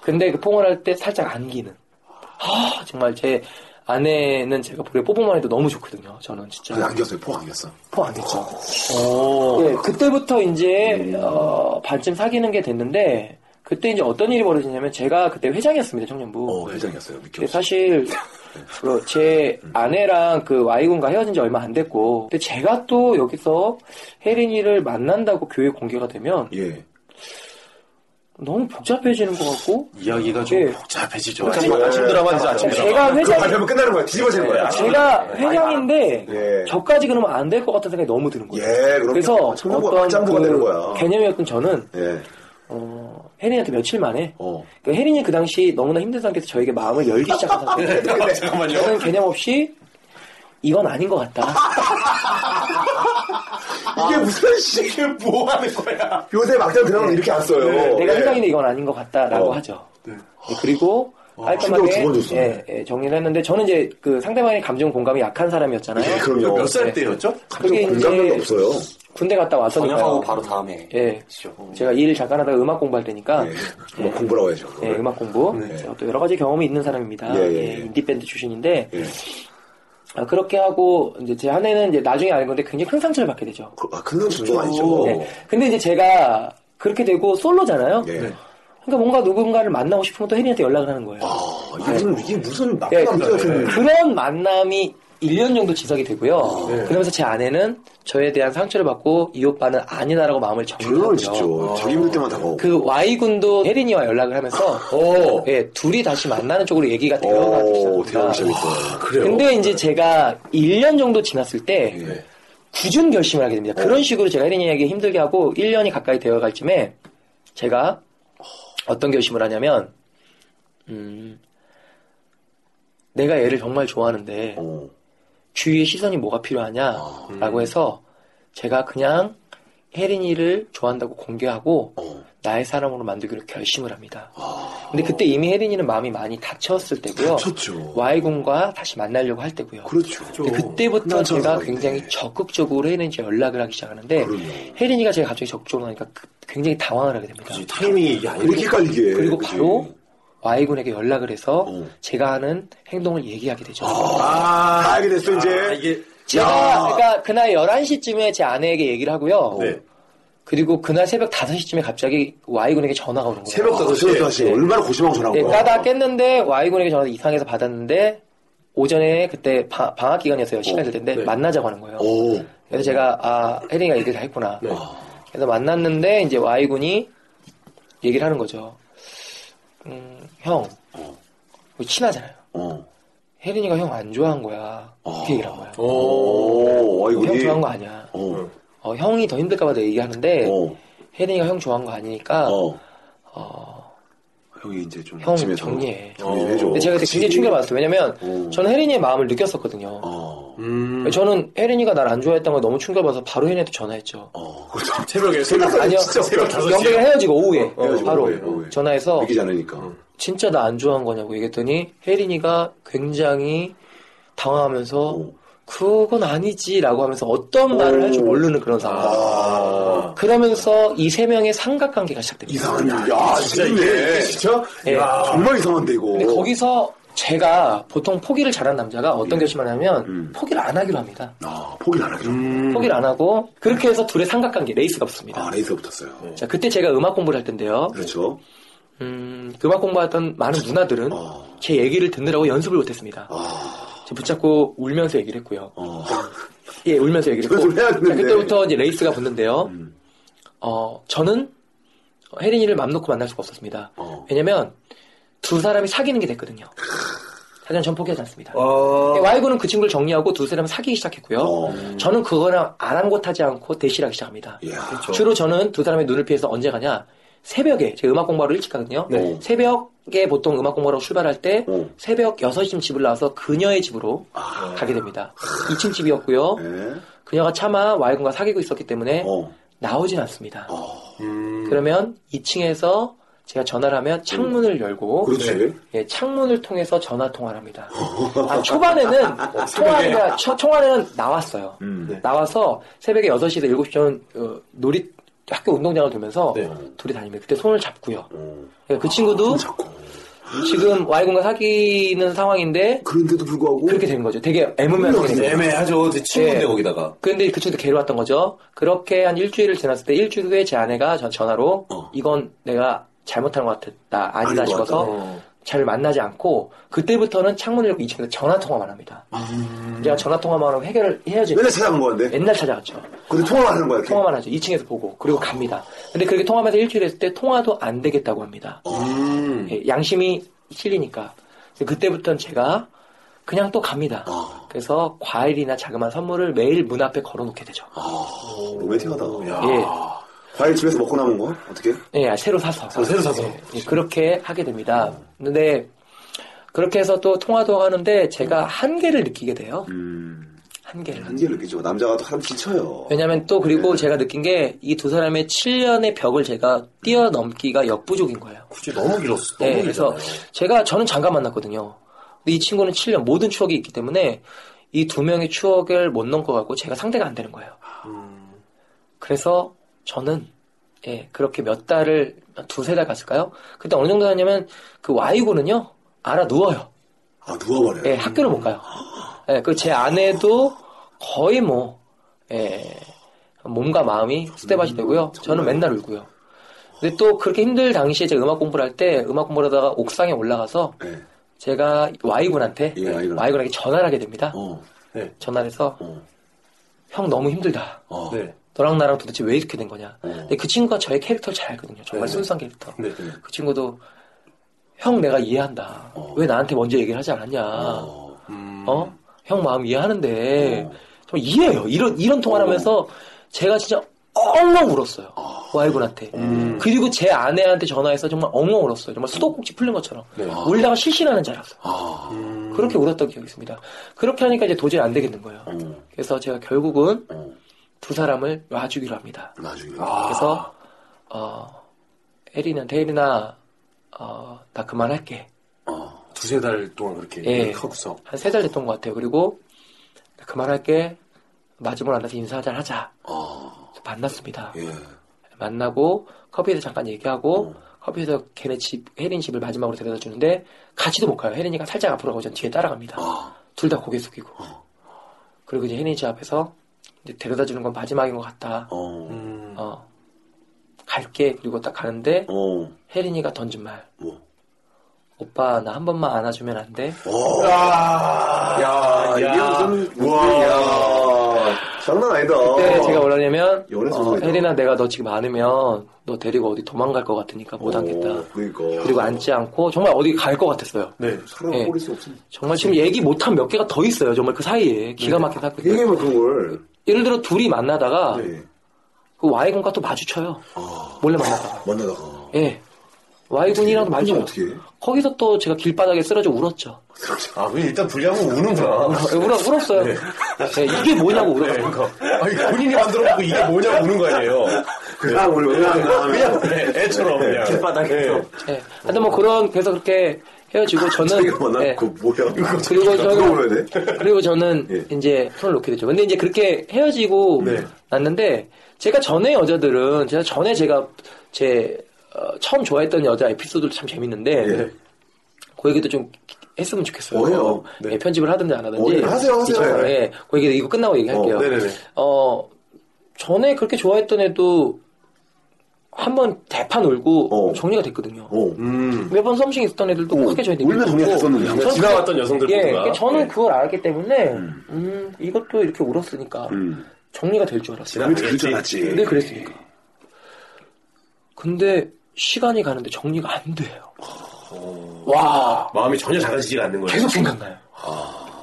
근데 그 포옹을 할 때 살짝 안기는. 아, 정말 제 아내는 제가 보기에 뽀뽀만 해도 너무 좋거든요. 저는 진짜. 그냥 안겼어요. 포 안겼어. 포 안 됐죠. 예, 그때부터 이제 어, 반쯤 사귀는 게 됐는데 그때 이제 어떤 일이 벌어지냐면 제가 그때 회장이었습니다 청년부. 어, 회장이었어요. 근데 사실 뭐제 아내랑 그 Y군과 헤어진 지 얼마 안 됐고 근데 제가 또 여기서 혜린이를 만난다고 교회 공개가 되면 예. 너무 복잡해지는 것 같고 네, 이야기가 좀 예. 복잡해지죠. 복잡해요. 아침, 아침 드라마죠, 아침 드라마. 제가 그거 회장이 발표하면 끝나는 거야. 뒤집어지는 거야. 그러니까 제가 회장인데 아, 예. 저까지 그러면 안 될 것 같은 생각이 너무 드는 거예요. 예, 그럼 그래서 그 청년부가 확장부가 되는 거야. 개념이었던 저는 예. 어, 혜린이한테 며칠 만에 어. 그 혜린이 그 당시 너무나 힘든 상태에서 저에게 마음을 열기 시작한 상태예요. 잠깐만요. 저는 개념 없이 이건 아닌 것 같다. 이게 무슨 씨. 이게 뭐 하는 거야? 요새 막장 드라마 는 이렇게 안 써요. 내가 예. 네, 회장인데 이건 아닌 것 같다라고 어. 하죠. 네, 그리고 깔끔하게 충격을 두번 줬어요. 예, 예, 정리를 했는데 저는 이제 그 상대방의 감정 공감이 약한 사람이었잖아요. 예, 그럼요. 몇 살 네. 때였죠? 그게 공감력이 없어요. 군대 갔다 번역하고 왔었니까요. 바로 다음에. 예, 제가 일 잠깐 하다가 음악 공부할 때니까 뭐 공부라고 해야죠. 예, 음악 공부 제가 또 여러 가지 경험이 있는 사람입니다. 예, 예, 예, 예. 인디 밴드 출신인데 예. 아, 그렇게 하고 이제 제 아내는 이제 나중에 아는 건데 굉장히 큰 상처를 받게 되죠. 그- 아, 근성 존중 아니죠. 네. 근데 이제 제가 그렇게 되고 솔로잖아요. 예. 그러니까 뭔가 누군가를 만나고 싶으면 또 혜린한테 연락을 하는 거예요. 아, 그렇죠, 이게 무슨, 이게 무슨 나쁜 예, 남자 같은. 그런 만남이 1년 정도 지속이 되고요. 네. 그러면서 제 아내는 저에 대한 상처를 받고 이 오빠는 아니다라고 마음을 결론을 정리하고요. 짓죠. 자기 힘들 때만 다가오고. 그 Y군도 혜린이와 연락을 하면서 어. 예, 둘이 다시 만나는 쪽으로 얘기가 되어가기 어, 대화가 시작합니다. 시작했어요. 근데 이제 제가 1년 정도 지났을 때 예. 어. 굳은 결심을 하게 됩니다. 그런 식으로 제가 혜린이에게 힘들게 하고 1년이 가까이 되어갈 쯤에 제가 어떤 결심을 하냐면 음, 내가 얘를 정말 좋아하는데 어. 주위의 시선이 뭐가 아, 음. 필요하냐라고 해서 제가 그냥 혜린이를 좋아한다고 공개하고 어. 아. 나의 사람으로 만들기로 결심을 합니다. 근데 그때 이미 혜린이는 마음이 많이 다쳤을 때고요. 다쳤죠. Y군과 다시 만나려고 할 때고요. 그렇죠. 근데 그때부터 끝난 네. 제가 상황인데. 굉장히 적극적으로 혜린이한테 연락을 하기 시작하는데 그럼요. 혜린이가 제가 갑자기 적극적으로 하니까 그- 굉장히 당황을 하게 됩니다. 이 타이밍이 이게 아니라 이렇게 깔리게. 그리고 그치? 바로 Y군에게 연락을 해서 어. 제가 하는 행동을 얘기하게 되죠. 아, 다 알게 됐어, 이제. 이게 제가 그러니까 그날 11시쯤에 제 아내에게 얘기를 하고요. 네. 그리고 그날 새벽 5시쯤에 갑자기 Y군에게 전화가 오는 거예요. 새벽 다섯 예. 새벽 다섯 시 얼마나 고심하고 전화한 아, 네, 거야. 까다 깼는데 Y군에게 전화 이상해서 받았는데 오전에 그때 바- 방학 기간이었어요. 시간 될 텐데 만나자고 하는 거예요. 네. 오. 네. 어. 그래서 제가 아 혜린이가 얘기를 다 했구나. 그래서 만났는데 이제 Y군이 얘기를 하는 거죠. 음, 형 우리 친하잖아요. 어. 혜린이가 형 안 좋아한 거야. 이렇게 얘기를 한 거야. 오. 어, 아이고. 형 이- 좋아한 거 아니야. 어. 어, 형이 더 힘들까봐 내가 얘기하는데 어. 혜린이가 형 좋아한 거 아니니까 아. 어. 형이 이제 좀. 형 아침에 정리해. 어. 전화- 정리 좀 어, 해줘. 근데 제가 그때 그치? 굉장히 충격을 받았어요. 왜냐면 어. 저는 혜린이의 마음을 느꼈었거든요. 어. 음. 저는 혜린이가 날 안 좋아했던 걸 너무 충격을 받아서 바로 혜린이한테 전화했죠. 어. 그렇죠. 새벽에 새벽 아니요. 진짜 새벽 다섯 시. 연결을 헤어지고 오후에 헤어지고 바로 오후에, 오후에. 전화해서 믿기지 않으니까. 어. 진짜 나 안 좋아한 거냐고 얘기했더니 혜린이가 굉장히 당황하면서 오. 그건 아니지라고 하면서 어떤 말을 할 줄 모르는 그런 상황. 아. 그러면서 이 세 명의 삼각관계가 시작됩니다. 이상한데. 야, 진짜 이게. 진짜? 예. 야, 정말 이상한데, 이거. 근데 거기서 제가 보통 포기를 잘한 남자가 예. 어떤 결심을 하냐면 음. 포기를 안 하기로 합니다. 아, 포기를 안 하기로. 포기를 안 하고 그렇게 해서 둘의 삼각관계 레이스가 붙습니다. 아, 레이스가 붙었어요. 자 그때 제가 음악 공부를 할 텐데요. 그렇죠. 음, 음악 공부하던 많은 누나들은 어. 제 얘기를 듣느라고 연습을 못했습니다. 아, 제가 붙잡고 울면서 얘기를 했고요. 어. 예, 울면서 얘기를 했고. 그걸 좀 해야 되는데. 음. 자, 그때부터 이제 레이스가 붙는데요. 어, 저는 혜린이를 맘 놓고 만날 수가 없었습니다. 어. 왜냐면 두 사람이 사귀는 게 됐거든요. 하지만 전 포기하지 않습니다. 와이군은 그 친구를 정리하고 두 사람은 사귀기 시작했고요. 어. 저는 그거랑 아랑곳하지 않고 대시하기 시작합니다. 이야. 주로 저는 두 사람의 눈을 피해서 언제 가냐? 새벽에 제가 음악 공부하러 일찍 가거든요. 네. 새벽에 보통 음악 공부하러 출발할 때 어. 아. 새벽 6시쯤 집을 나와서 그녀의 집으로 가게 됩니다. 2층 집이었고요. 예. 그녀가 차마 와이군과 사귀고 있었기 때문에 어. 아, 음. 나오진 않습니다. 그러면 2층에서 제가 전화를 하면 창문을 열고 그렇지. 예, 창문을 통해서 전화 통화를 합니다. 아, 초반에는 통화가 초, 초반에는 나왔어요. 나와서 새벽에 6시에서 7시쯤 어, 놀이 학교 운동장을 돌면서 둘이 다니면 그때 손을 잡고요. 예, 그 친구도 지금 와이군과 사귀는 상황인데 그런데도 불구하고. 그렇게 된 거죠. 되게 애매하게 된 거예요. 애매하죠. 근데 친구인데 예. 거기다가. 근데 그 친구도 괴로웠던 거죠. 그렇게 한 일주일을 지났을 때 일주일 후에 제 아내가 전- 전화로 어. 이건 내가 잘못한 것 같았다 아니다 아닌 것 싶어서 같다. 어. 잘 만나지 않고 그때부터는 창문을 열고 2층에서 전화 통화만 합니다. 아. 제가 전화 통화만 하면 해결을 해야지. 맨날 찾아간 건데? 맨날 찾아갔죠. 근데 통화만 하는 거야, 이렇게? 통화만 하죠. 2층에서 보고 그리고 갑니다. 근데 그렇게 통화하면서 일주일 했을 때 통화도 안 되겠다고 합니다. 어. 음. 예, 양심이 실리니까. 그래서 그때부터는 제가 그냥 또 갑니다. 어. 그래서 과일이나 자그마한 선물을 매일 문 앞에 걸어놓게 되죠. 아, 로맨틱하다. 야. 예. 과일 집에서 먹고 남은 거? 어떻게? 예, 아, 새로 사서. 아, 새로 사서. 예, 예, 그렇게 하게 됩니다. 근데 그렇게 해서 또 통화도 하는데 제가 한계를 느끼게 돼요. 한계를. 한계를 느끼죠. 남자가 또 사람 지쳐요. 음. 왜냐면 또 네. 그리고 제가 느낀 게 이 두 사람의 7년의 벽을 제가 뛰어넘기가 역부족인 거예요. 굳이 너무 길었어. 너무 네, 길었어. 그래서 제가 저는 잠깐 만났거든요. 근데 이 친구는 7년 모든 추억이 있기 때문에 이 두 명의 추억을 못 넘어가고 제가 상대가 안 되는 거예요. 그래서 저는 예, 그렇게 몇 달을 두세 달 갔을까요? 그때 어느 정도 갔냐면 그 와이고는요 알아 누워요. 아, 누워버려요. 아. 예, 학교를 못 가요. 예, 그 제 아내도 거의 뭐, 예, 몸과 마음이 스테바시 되고요. 저는 맨날 울고요. 근데 또 그렇게 힘들 당시에 제가 음악 공부를 할 때 음악 공부를 하다가 옥상에 올라가서 네. 제가 Y군한테, 예, Y군한테. Y군에게 전화를 하게 됩니다. 어. 전화를 해서, 형 너무 힘들다. 어. 네. 너랑 나랑 도대체 왜 이렇게 된 거냐. 근데 그 친구가 저의 캐릭터를 잘 알거든요. 정말 순수한 캐릭터. 네. 그 친구도 형 내가 이해한다. 왜 나한테 먼저 얘기를 하지 않았냐. 어? 형 마음 이해하는데 정말 이해해요. 이런 이런 통화를 하면서 제가 진짜 엉엉 울었어요. 와이군한테. 그리고 제 아내한테 전화해서 정말 엉엉 울었어요. 정말 수도꼭지 풀린 것처럼. 울다가 실신하는 줄 알았어요. 그렇게 울었던 기억이 있습니다. 그렇게 하니까 이제 도저히 안 되겠는 거예요. 그래서 제가 결국은 두 사람을 놔주기로 합니다. 나중에. 아. 그래서 어, 에린한테 에린아 어, 나 그만할게. 두세 달 동안 그렇게 예. 하고서 한 세 달 됐던 것 같아요. 그리고 나 그만할게. 마지막으로 만나서 인사 한잔 하자. 그래서 만났습니다. 아. 예. 어. 만나고 커피에서 잠깐 얘기하고 커피에서 걔네 집 혜린 집을 마지막으로 데려다 주는데 같이도 못 가요. 혜린이가 살짝 앞으로 가고 전 뒤에 따라갑니다. 아. 둘 다 고개 숙이고 어. 그리고 이제 혜린이 집 앞에서 이제 데려다 주는 건 마지막인 것 같다. 어. 어, 갈게 그리고 딱 가는데 어. 혜린이가 던진 말. 뭐? 오빠 나 한 번만 안아주면 안 돼? 야, 이게 무슨. 와. 장난 아니다. 그때 네, 제가 뭐라냐면 연애 어, 어. 소설이다. 혜린아 내가 너 지금 안으면 너 데리고 어디 도망갈 것 같으니까 못 안겠다. 그러니까. 그리고 앉지 않고 정말 어디 갈 것 같았어요. 네. 사람 예. 꼬릴 수 없어. 정말 지금 얘기 못한 몇 개가 더 있어요. 정말 그 사이에 기가 네. 막힌 사건. 얘기해봐, 그걸. 예를 들어 둘이 만나다가 네. 그 Y군과 또 마주쳐요. 몰래 만나다가. 만나다가. 예. Y군이랑 마주쳐요. 어떻게 해? 거기서 또 제가 길바닥에 쓰러져 울었죠. 아, 그럼 일단 분리하고 우는구나. 예, 울어, 울었어요. 네. 예, 이게 뭐냐고 울었어요. 아니, 본인이 만들어놓고 이게 뭐냐고 우는 거 아니에요. 그냥 오늘 그냥 그냥 그래, 애처럼 그냥. 길바닥에서. 예. 예. 하여튼 뭐 그런, 그래서 그렇게 헤어지고 저는. 자기가 만나 예. 그 뭐야? 이거 그리고 누가 저는 울어야 돼? 그리고 저는 예. 이제 손을 놓게 됐죠. 근데 이제 그렇게 헤어지고 네. 났는데 제가 전에 여자들은 제가 전에 제가 제 어, 처음 좋아했던 여자 에피소드도 참 재밌는데 예. 그 얘기도 좀 했으면 좋겠어요. 어, 해요. 예, 편집을 하든지 안 하든지. 어, 예. 하세요, 하세요. 이쪽으로, 예, 그 얘기 이거 끝나고 얘기할게요. 어, 네네네. 어, 전에 그렇게 좋아했던 애도 한 번 대판 울고 어. 정리가 됐거든요. 어. 몇 번 썸씽 있었던 애들도 크게 저희 울면 정리가 됐었는데. 그러니까 지나갔던 예, 여성들보다. 그러니까 저는 그걸 알았기 때문에 음, 이것도 이렇게 울었으니까 음. 정리가 될 줄 알았어요. 그렇게 괜찮았지. 근데 그랬으니까. 근데 시간이 가는데 정리가 안 돼요. 어. 와 마음이 전혀 작아지지가 않는 거예요. 계속 생각나요.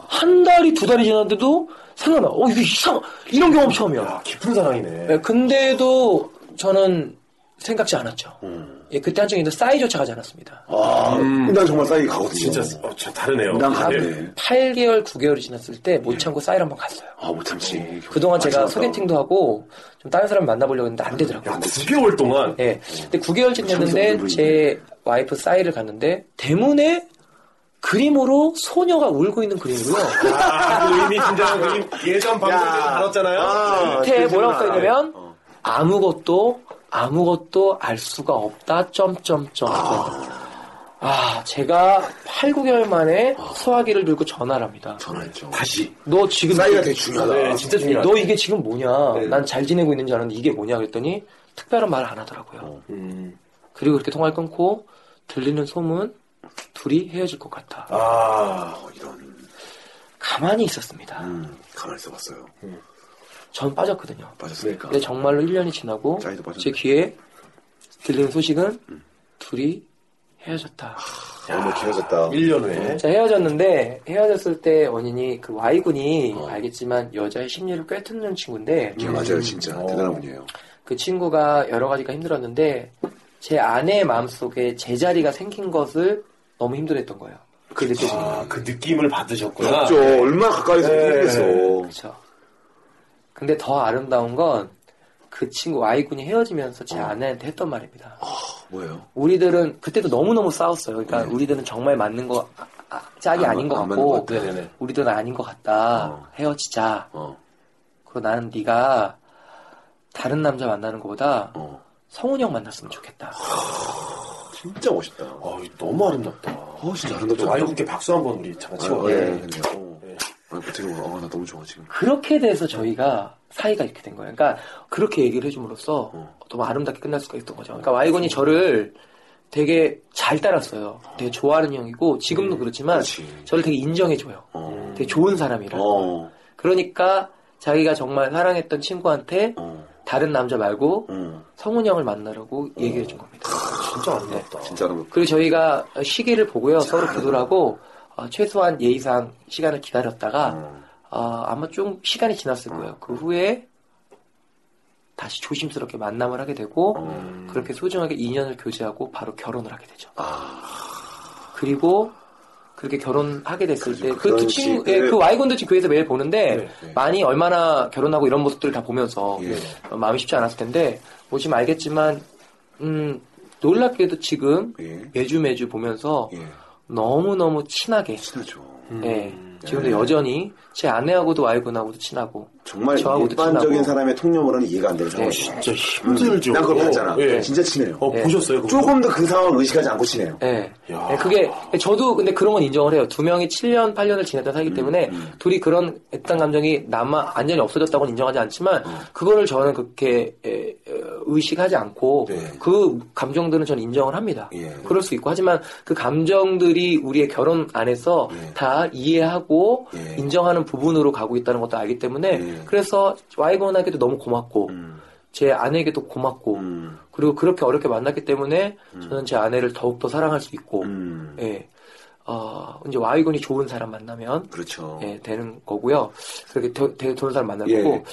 한 달이 두 달이 지났는데도 생각나. 어 이게 이상 이런 경험 처음이야. 아, 깊은 사랑이네. 예, 근데도 저는 생각지 않았죠. 음. 예, 그때 한창 이제 싸이조차 가지 않았습니다. 아, 음. 난 정말 싸이 가거든. 진짜, 어, 저 다르네요. 난 네. 가네. 8개월, 9개월이 지났을 때 못 참고 싸이를 한번 갔어요. 아, 못 참지. 그동안 제가 예. 맞아, 맞아. 소개팅도 하고 좀 다른 사람 만나보려고 했는데 안 되더라고요. 야, 9개월 동안. 예. 근데 9개월쯤 됐는데 아, 그렇죠. 참석률이 제 와이프 싸이를 갔는데 대문에 그림으로 소녀가 울고 있는 그림이고요. 아, 그 의미 진정한 그림 예전 방송에서 다뤘잖아요. 아, 밑에 뭐라고 그렇구나. 써있냐면 어. 아무것도 아무것도 알 수가 없다. 점점점. 아, 제가 8, 9개월 만에 아. 소화기를 들고 전화를 합니다. 전화했죠. 다시. 너 지금 싸이가 되게 중요하다. 네, 진짜 중요하다. 너 이게 지금 뭐냐? 난 잘 지내고 있는 줄 알았는데 이게 뭐냐? 그랬더니 특별한 말을 안 하더라고요. 그리고 그렇게 통화를 끊고 들리는 소문 둘이 헤어질 것 같아. 아, 이런. 가만히 있었습니다. 음. 가만히 있어봤어요. 전 빠졌거든요. 빠졌으니까. 근데 정말로 1년이 지나고 자기도 빠졌네. 제 귀에 들리는 소식은 둘이 헤어졌다. 너무 길어졌다. 1년 후에. 자, 헤어졌는데 헤어졌을 때 원인이 그 Y군이 알겠지만 여자의 심리를 꿰뚫는 친구인데 음, 맞아요, 진짜. 대단한 분이에요. 그 친구가 여러 가지가 힘들었는데 제 아내의 마음속에 제자리가 생긴 것을 너무 힘들어했던 거예요. 그 느껴지는 아, 그 느낌을 받으셨구나. 맞죠. 아, 얼마나 가까이서 네. 얘기했어. 그렇죠. 근데 더 아름다운 건 그 친구 Y군이 헤어지면서 제 아내한테 했던 말입니다. 뭐예요? 우리들은 그때도 너무너무 싸웠어요. 그러니까 우리들는 정말 맞는 거 아, 아, 짝이 안 네. 아닌 맞- 것 안 맞는 것 같고 같아. 네네네. 우리들은 아닌 것 같다. 헤어지자. 어, 그리고 나는 네가 다른 남자 만나는 것보다 어. 성훈이 형 만났으면 좋겠다. 진짜 멋있다. 어, 너무 아름답다. 어, 진짜 아, 아름답지 않아? 와이국께 박수 한번 우리 잠깐 치고. 아, 예, 예. 예. 어, 아, 되게, 어, 나 너무 좋아, 지금. 그렇게 돼서 저희가 사이가 이렇게 된 거예요. 그러니까 그렇게 얘기를 해줌으로써 어. 너무 아름답게 끝날 수가 있던 거죠. 그러니까 와이건이 저를 되게 잘 따랐어요. 되게 좋아하는 형이고 지금도 그렇지만 그렇지. 저를 되게 인정해줘요. 어. 되게 좋은 사람이라. 어, 그러니까 자기가 정말 사랑했던 친구한테 어, 다른 남자 말고 어. 성훈이 형을 만나라고 얘기해 준 겁니다. 네. 진짜 아름답다. 진짜 아름답다. 그리고 저희가 시기를 보고요. 서로 부도를 하고 어, 최소한 예의상 시간을 기다렸다가 어. 어, 아마 좀 시간이 지났을 거예요. 그 후에 다시 조심스럽게 만남을 하게 되고 음. 그렇게 소중하게 인연을 교제하고 바로 결혼을 하게 되죠. 아, 그리고 그렇게 결혼하게 됐을 때 그 그렇죠. 그런 두 친구, 시기를- 예, 그 와이건도 지금 교회에서 매일 보는데 네. 많이 얼마나 결혼하고 이런 모습들을 다 보면서 예. 어, 마음이 쉽지 않았을 텐데 뭐 지금 알겠지만 음, 놀랍게도 지금 예. 매주 매주 보면서 예. 너무 너무 친하게 친하죠. 예. 지금도 여전히 제 아내하고도 와이군하고도 친하고 네. 정말 저하고도 일반적인 친하고. 사람의 통념으로는 이해가 안 되는 상황이 진짜 힘들죠. 난 그걸 봤잖아. 네. 예. 진짜 친해요. 어, 보셨어요? 그거? 조금 더 어, 그 상황을 의식하지 않고 친해요. 예. 야. 예, 그게 저도 근데 그런 건 인정을 해요. 두 명이 7년 8년을 음, 지냈던 사이기 때문에 둘이 그런 애틋한 감정이 남아 완전히 없어졌다고는 인정하지 않지만 그거를 저는 그렇게 에, 어, 의식하지 않고 그 감정들은 저는 인정을 합니다. 네. 예. 그럴 수 있고 하지만 그 감정들이 우리의 결혼 안에서 예. 다 이해하고 예. 인정하는 부분으로 가고 있다는 것도 알기 때문에 예. 그래서 와이건에게도 너무 고맙고 음. 제 아내에게도 고맙고 음. 그리고 그렇게 어렵게 만났기 때문에 저는 제 아내를 더욱더 사랑할 수 있고, 음. 예. 어, 이제 와이건이 좋은 사람 만나면, 그렇죠. 예, 되는 거고요. 그렇게 되- 되게 좋은 사람 만날 예. 거고,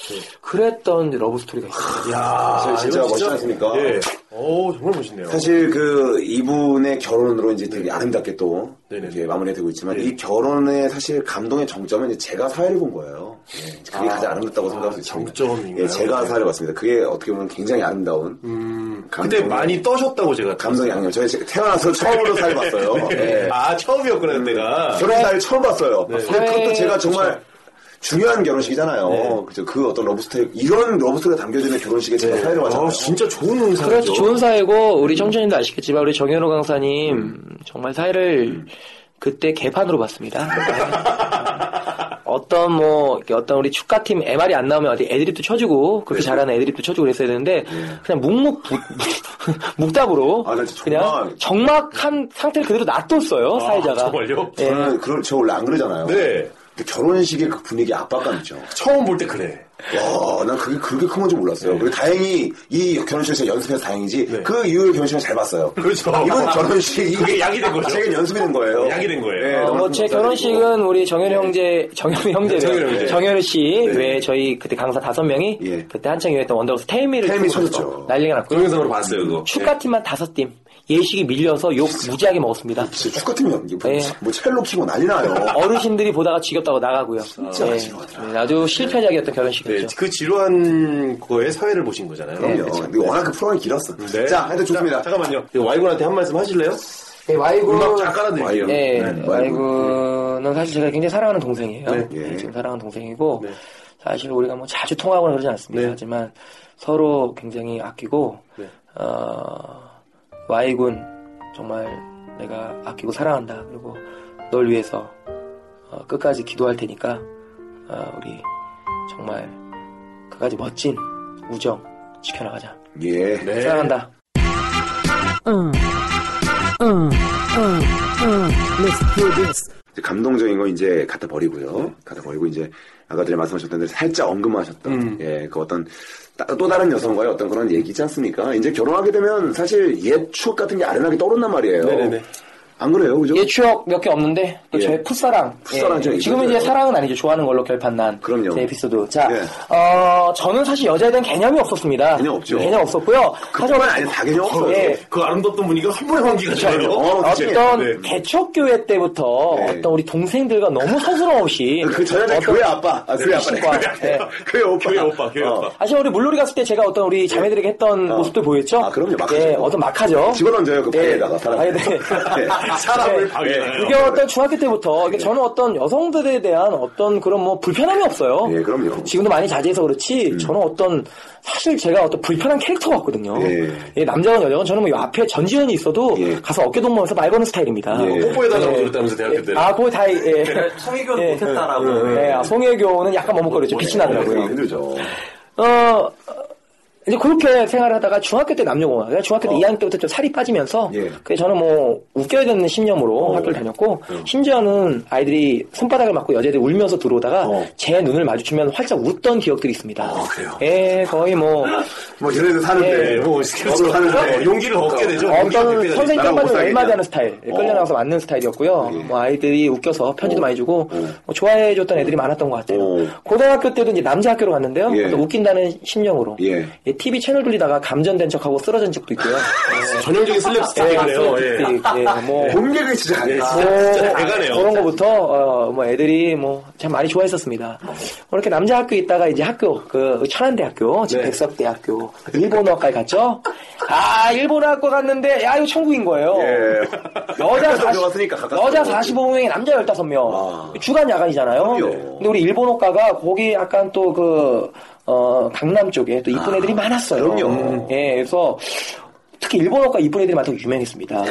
그랬던 러브스토리가 있어요. 야, 진짜 이거 멋있지 않습니까? 예. 오, 정말 멋있네요. 사실 그 이분의 결혼으로 이제 되게 아름답게 또 네네. 예. 이렇게 마무리가 되고 있지만 이 결혼의 사실 감동의 정점은 이제 제가 사회를 본 거예요. 예, 그게 가장 아름답다고 생각할 수 있습니다. 정점인가요? 예, 제가 사회를 봤습니다. 그게 어떻게 보면 굉장히 아름다운 음, 감동의- 그때 많이 떠셨다고 제가. 감성 양념. 저희 제가 태어나서 처음으로 사회 봤어요. 예. 아, 처음이었구나, 그때가. 네. 결혼 사회를 처음 봤어요. 근데 그것도 사회- 제가 정말 중요한 결혼식이잖아요. 네. 그죠? 그 어떤 러브스토리 이런 러브스토리가 담겨지는 결혼식에 제가 사회를 봤잖아요. 아, 진짜 좋은 의상이죠. 그렇죠. 좋은 사회고, 우리 청춘님도 아시겠지만, 우리 정현호 강사님, 정말 사회를 그때 개판으로 봤습니다. 어떤 뭐, 이렇게 어떤 우리 축가팀 MR이 안 나오면 어디 애드립도 쳐주고, 그렇게 잘하는 애드립도 쳐주고 그랬어야 되는데, 그냥 묵묵, 부- 묵답으로, 아, 나 진짜 그냥 정말- 정막한 상태를 그대로 아, 놔뒀어요, 사회자가. 아, 정말요? 예. 저는 그런 저 원래 안 그러잖아요. 네. 근데 결혼식의 그 분위기 압박감 있죠. 처음 볼 때 그래. 와, 난 그게 그렇게 큰 건지 몰랐어요. 그리고 다행히 이 결혼식에서 연습해서 다행이지. 그 이후에 결혼식을 잘 봤어요. 네. 그렇죠. 이번 결혼식 이게 약이 된 거죠. 제가 연습이 된 거예요. 약이 된 거예요. 네, 어, 너무 뭐제 감사드리고. 결혼식은 우리 정현우 형제, 정현우 형제, 정현우 형제. 정현우 씨, 네. 외에 저희 그때 강사 다섯 명이 예. 그때 한창 유행했던 원더걸스 텔미를 텔미 틀고 쳐줬죠. 그래서 난리가 났고요. 동영상으로 봤어요, 그거. 축가팀만 다섯 팀 예식이 밀려서 욕 무지하게 먹었습니다. 진짜 축가팀이요. 뭐, 예. 뭐 첼로 키고 난리 네, 나요. 어르신들이 보다가 지겹다고 나가고요. 진짜 예. 지루하더라. 네, 아주 실패작이었던 네, 결혼식이었죠. 네, 그 지루한 거에 사회를 보신 거잖아요. 그럼요. 그렇죠. 근데 워낙 그 프로그램이 길었어. 네. 자, 하여튼 좋습니다. 자, 잠깐만요. 이거 와이군한테 한 말씀 하실래요? 네, 와이군, 음악 잘 깔아드릴게요. 네, 네, 와이군. 와이군은 사실 제가 굉장히 사랑하는 동생이에요. 네, 예. 지금 사랑하는 동생이고 사실 우리가 뭐 자주 통화하거나 그러지 않습니다. 네. 하지만 서로 굉장히 아끼고 네. 어, 와이군 정말 내가 아끼고 사랑한다. 그리고 널 위해서 어, 끝까지 기도할 테니까 어, 우리 정말 그까지 멋진 우정 지켜나가자. 네. 예. 사랑한다. Uh, uh, uh, uh, let's do this. 이제 감동적인 건 이제 갖다 버리고요. 갖다 버리고 이제 아까 전에 말씀하셨던 대로 살짝 언급하셨던 음. 예, 그 어떤 따- 또 다른 여성과의 어떤 그런 얘기지 않습니까? 이제 결혼하게 되면 사실 옛 추억 같은 게 아련하게 떠오른단 말이에요. 네네네. 안 그래요, 그죠? 예 추억 몇 개 없는데 또 예. 저의 풋사랑. 예, 풋사랑 좀 지금은 얘기해줘요. 이제 사랑은 아니죠. 좋아하는 걸로 결판난. 그럼요. 제 에피소드. 자, 예. 어, 저는 사실 여자에 대한 개념이 없었습니다. 개념 없죠. 개념 없었고요. 그뿐만 아니라 다 개념 없어요. 예. 그 아름답던 분위기가 한 번에 환기가 돼요. 어, 그치. 어떤 네. 개척교회 때부터 네. 어떤 우리 동생들과 너무 서스럼 없이 그저 여자 어떤 교회 아빠, 아, 교회 아빠네. 신과, 교회 네. 아빠. 교회 오빠. 교회 오빠, 교회 어. 오빠. 사실 우리 물놀이 갔을 때 제가 어떤 우리 자매들에게 했던 모습들 보였죠? 아, 그럼요. 막하죠. 예, 어떤 막하죠. 집어던져요, 그 방에다가 사람. 아니, 네. 사람을 예. 네. 방해하는 그게 어떤 중학교 때부터 네. 이게 저는 어떤 여성들에 대한 어떤 그런 뭐 불편함이 없어요. 예, 그럼요. 음. 지금도 많이 자제해서 그렇지 저는 어떤 사실 제가 어떤 불편한 캐릭터 같거든요. 예. 남자건 여자건 저는 뭐요 앞에 전지현이 있어도 예. 가서 어깨 동무하면서 말 거는 스타일입니다. 어? 예. 뽀뽀해달라고 그랬다면서 대학교 때. 네. 아, 그거 다, 예. 송혜교는 예. 네, 못했다라고. 네, 아, 송혜교는 약간 네. 머뭇거리죠. 빛이 나더라고요. 힘들죠. 어, 이제 그렇게 생활하다가 중학교 때 남녀공학, 그러니까 중학교 때 2학년 때부터 좀 살이 빠지면서, 어. 예. 어. 그래서 저는 뭐, 웃겨야 되는 신념으로 학교를 다녔고, 심지어는 아이들이 손바닥을 맞고 여자애들이 울면서 들어오다가, 제 눈을 마주치면 활짝 웃던 기억들이 있습니다. 아, 그래요? 예, 거의 뭐, 뭐, 이런 애들 사는데, 예. 뭐, 스케줄 사는데. 네, 그러니까. 어, 용기를 얻게 되죠. 용기가 어떤 그렇게 되죠. 선생님 예. 나랑 못 깜빡이 살겠냐? 얼마지 않은 스타일, 예, 끌려나가서 맞는 스타일이었고요. 뭐 아이들이 웃겨서 편지도 많이 주고, 뭐 좋아해줬던 애들이 많았던 것 같아요. 오. 고등학교 때도 이제 남자 학교로 갔는데요. 예. 그래서 웃긴다는 심령으로. 예. 예, TV 채널 돌리다가 감전된 척하고 쓰러진 적도 있고요. 아, 전형적인 예, 슬랩스틱이네요. 쓰러진 예. 적도 있- 예, 뭐. 본격이 진짜 가네. 뭐, 대단해요. 그런 거부터 어, 뭐 애들이 뭐 참 많이 좋아했었습니다. 이렇게 남자 학교 있다가 이제 학교 그 천안대학교 지금 백석대학교 일본어학과에 갔죠. 아 일본어학과 갔는데 야 이거 천국인 거예요. 여자 가까스로 40, 들어갔으니까, 가까스로. 여자 45명, 남자 15명. 주간 야간이잖아요. 그럼요. 근데 우리 일본어과가 거기 약간 또 그 어, 강남 쪽에 또 이쁜 애들이 많았어요. 아, 그럼요. 예, 그래서 특히 일본어과 이쁜 애들이 많다고 유명했습니다.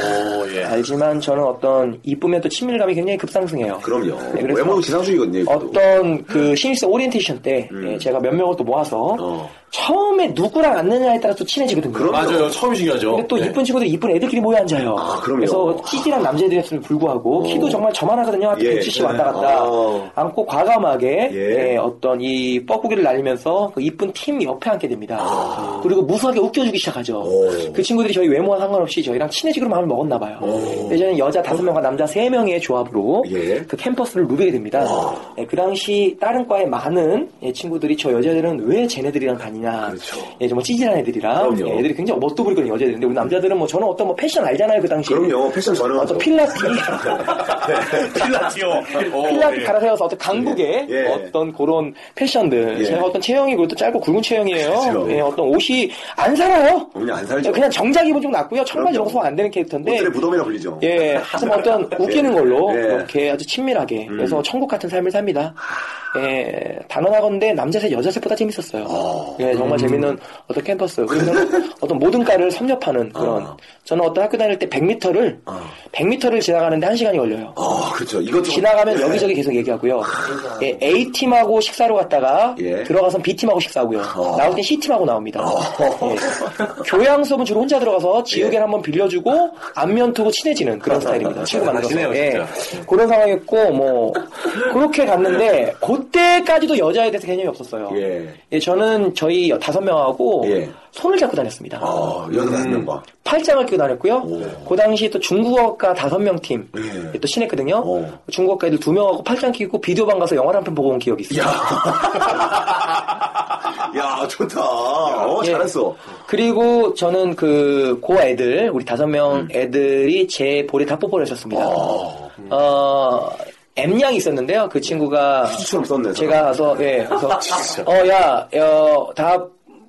예. 알지만 저는 어떤 이쁨에 또 친밀감이 굉장히 급상승해요. 그럼요. 네, 그래서 외모도 지상주의거든요. 이것도. 어떤 그 신입생 오리엔테이션 때 예, 제가 몇 명을 또 모아서 음. 어. 처음에 누구랑 앉느냐에 따라 또 친해지거든요. 맞아요. 처음이 중요하죠. 근데 또 이쁜 친구들 이쁜 애들끼리 모여 앉아요. 네. 아, 그럼요. 어. 그래서 키질한 남자애들이었음에도 불구하고 키도 정말 저만 하거든요. 한 예. 170 왔다 갔다 아. 안고 과감하게 예. 예, 어떤 이 뻐꾸기를 날리면서 그 이쁜 팀 옆에 앉게 됩니다. 아. 그리고 무수하게 웃겨주기 시작하죠. 어. 그 친구들이 저희 외모와 상관없이 저희랑 친해지기로 마음을 먹었나 봐요. 예전에 여자 다섯 명과 남자 세 명의 조합으로 어. 예. 그 캠퍼스를 누비게 됩니다. 예, 그 당시 다른 과의 많은 예, 친구들이 저 여자들은 왜 쟤네들이랑 다니냐. 예, 정말 찌질한 애들이랑 그렇죠. 그럼요. 예, 애들이 굉장히 멋도부리거든요 여자들인데 우리 남자들은 뭐 저는 어떤 뭐 패션 알잖아요 그 당시. 그럼요. 패션 전형하죠. 어떤 필라티, 필라티오. 어, 필라티 예. 네. 갈아세워서 어떤 강국의 예. 어떤 그런 패션들. 예. 제가 어떤 체형이 그것도 짧고 굵은 체형이에요. 그렇죠. 예, 어떤 옷이 안 살아요. 그냥 안 살죠. 그냥 정장 입은 좀 낫고요. 청바지 그럼요. 입은 소안 되는 캐릭터인데. 옷들의 무덤이라 불리죠. 예, 음. 하지만 어떤 웃기는 걸로 예. 그렇게 아주 친밀하게 그래서 천국 같은 삶을 삽니다. 예, 단언하건대 남자셋 여자셋보다 재밌었어요. 예, 정말 재밌는 어떤 캠퍼스 그러면 어떤 모든 과를 섭렵하는 그런 저는 어떤 어. 학교 다닐 때 100m를 100m를 지나가는데 한 시간이 걸려요. 어, 그렇죠. 이것도. 지나가면 여기저기 계속 얘기하고요. 예, A 팀하고 식사로 갔다가 예. 들어가선 B 팀하고 식사하고요. 나올 땐 C 팀하고 나옵니다. 예. 교양 수업은 주로 혼자 들어가서 지우개를 한번 빌려주고 안면 투고 친해지는 그런 스타일입니다. 친구 만나서 친해요, 예. 진짜. 그런 상황이었고 뭐 그렇게 갔는데 그때까지도 여자에 대해서 개념이 없었어요. 예. 예, 저는 저희 다섯 명하고 예. 손을 잡고 다녔습니다. 어, 여자 낳는 거. 팔짱을 끼고 다녔고요. 그 당시 또 중국어과 다섯 명 팀, 예. 또 친했거든요. 오. 중국어과 애들 두 명하고 팔짱 끼고 비디오방 가서 영화를 한 편 보고 온 기억이 있어요. 야, 좋다. 어, 아, 예. 잘했어. 그리고 저는 그, 고 애들, 우리 다섯 명 음. 애들이 제 볼에 다 뽀뽀를 했었습니다. 아. 어, M양이 있었는데요. 그 친구가. 수처럼 썼네. 제가 가서, 예, 그래서, 어, 야, 어, 다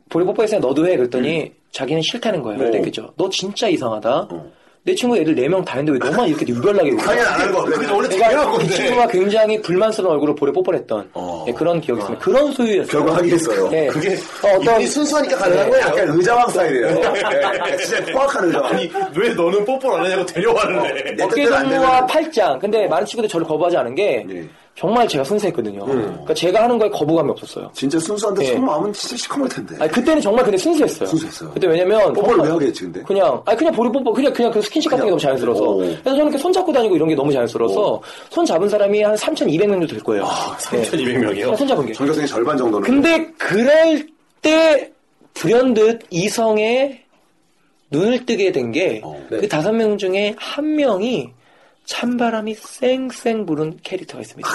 볼에 뽀뽀했으니 너도 해. 그랬더니 음. 자기는 싫다는 거예요. 그랬겠죠. 너 진짜 이상하다. 어. 내 친구 애들 네 명 다 했는데 왜 너만 이렇게 유별나게 웃어? 당연 안한 거. 그게 원래 당연한 그러니까 그 건데. 어. 친구가 굉장히 불만스러운 얼굴로 볼에 뽀뽀했던 예, 그런 기억이 있습니다. 그런 소유였어요. 결국 하긴 했어요. 예. 그게 어, 떤 네. 이 순수하니까 가능한 거야. 약간 의자왕 스타일이에요. 예. 진짜 포악한 의자왕. 아니, 왜 너는 뽀뽀를 안 하냐고 데려왔는데. 내 어깨 뜻대로 안 되는 어. 동무와 팔짱. 근데 많은 친구들이 저를 거부하지 않은 게 예. 음. 정말 제가 순수했거든요. 그러니까 제가 하는 거에 거부감이 없었어요. 진짜 순수한데 예. 속 마음은 진짜 시커멀 텐데. 아니 그때는 정말 근데 순수했어요. 순수했어요. 그때 왜냐면 뽀뽀를 정말 왜 하겠지, 근데? 그냥 아니 그냥 보리 뽀뽀 그냥 그냥 그 스킨십 같은 게 너무 자연스러워서. 오. 그래서 저는 이렇게 손 잡고 다니고 이런 게 너무 자연스러워서 손 잡은 사람이 한 3,200명 정도 될 거예요. 아, 1200명이요? 손 잡은 게. 전교생의 절반 정도는. 근데 그럴 때 불현듯 이성의 눈을 뜨게 된 게 그 어, 네. 다섯 명 중에 한 명이 찬바람이 쌩쌩 부는 캐릭터가 있습니다.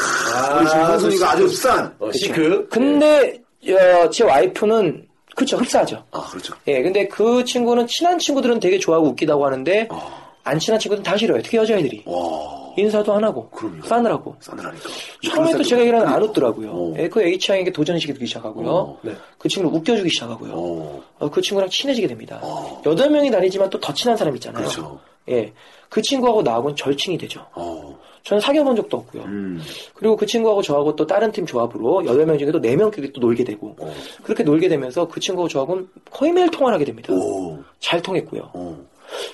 우리 지금 그 현순이가 아주 흡산. 어, 그, 예. 시크. 근데 어, 제 와이프는 그쵸 흡사하죠. 아, 그렇죠. 예, 근데 그 친구는 친한 친구들은 되게 좋아하고 웃기다고 하는데 어. 안 친한 친구들은 다 싫어요. 특히 여자애들이 와, 인사도 안 하고 그럼요. 싸늘하고 싸늘하니까. 처음에 또 제가 얘기하는 안 웃더라고요. 어. 예, 그 H형에게 도전식이 되기 시작하고요. 어, 네. 그 친구를 웃겨주기 시작하고요. 어, 어, 그 친구랑 친해지게 됩니다. 여덟 명이 다니지만 또 더 친한 사람 있잖아요. 그렇죠. 예, 그 친구하고 나하고는 절친이 되죠. 어. 저는 사귀어본 적도 없고요. 음. 그리고 그 친구하고 저하고 또 다른 팀 조합으로 여덟 명 중에 또 네명끼리또 놀게 되고 어. 그렇게 놀게 되면서 그 친구하고 저하고는 거의 매일 통화를 하게 됩니다. 오, 잘 통했고요. 어.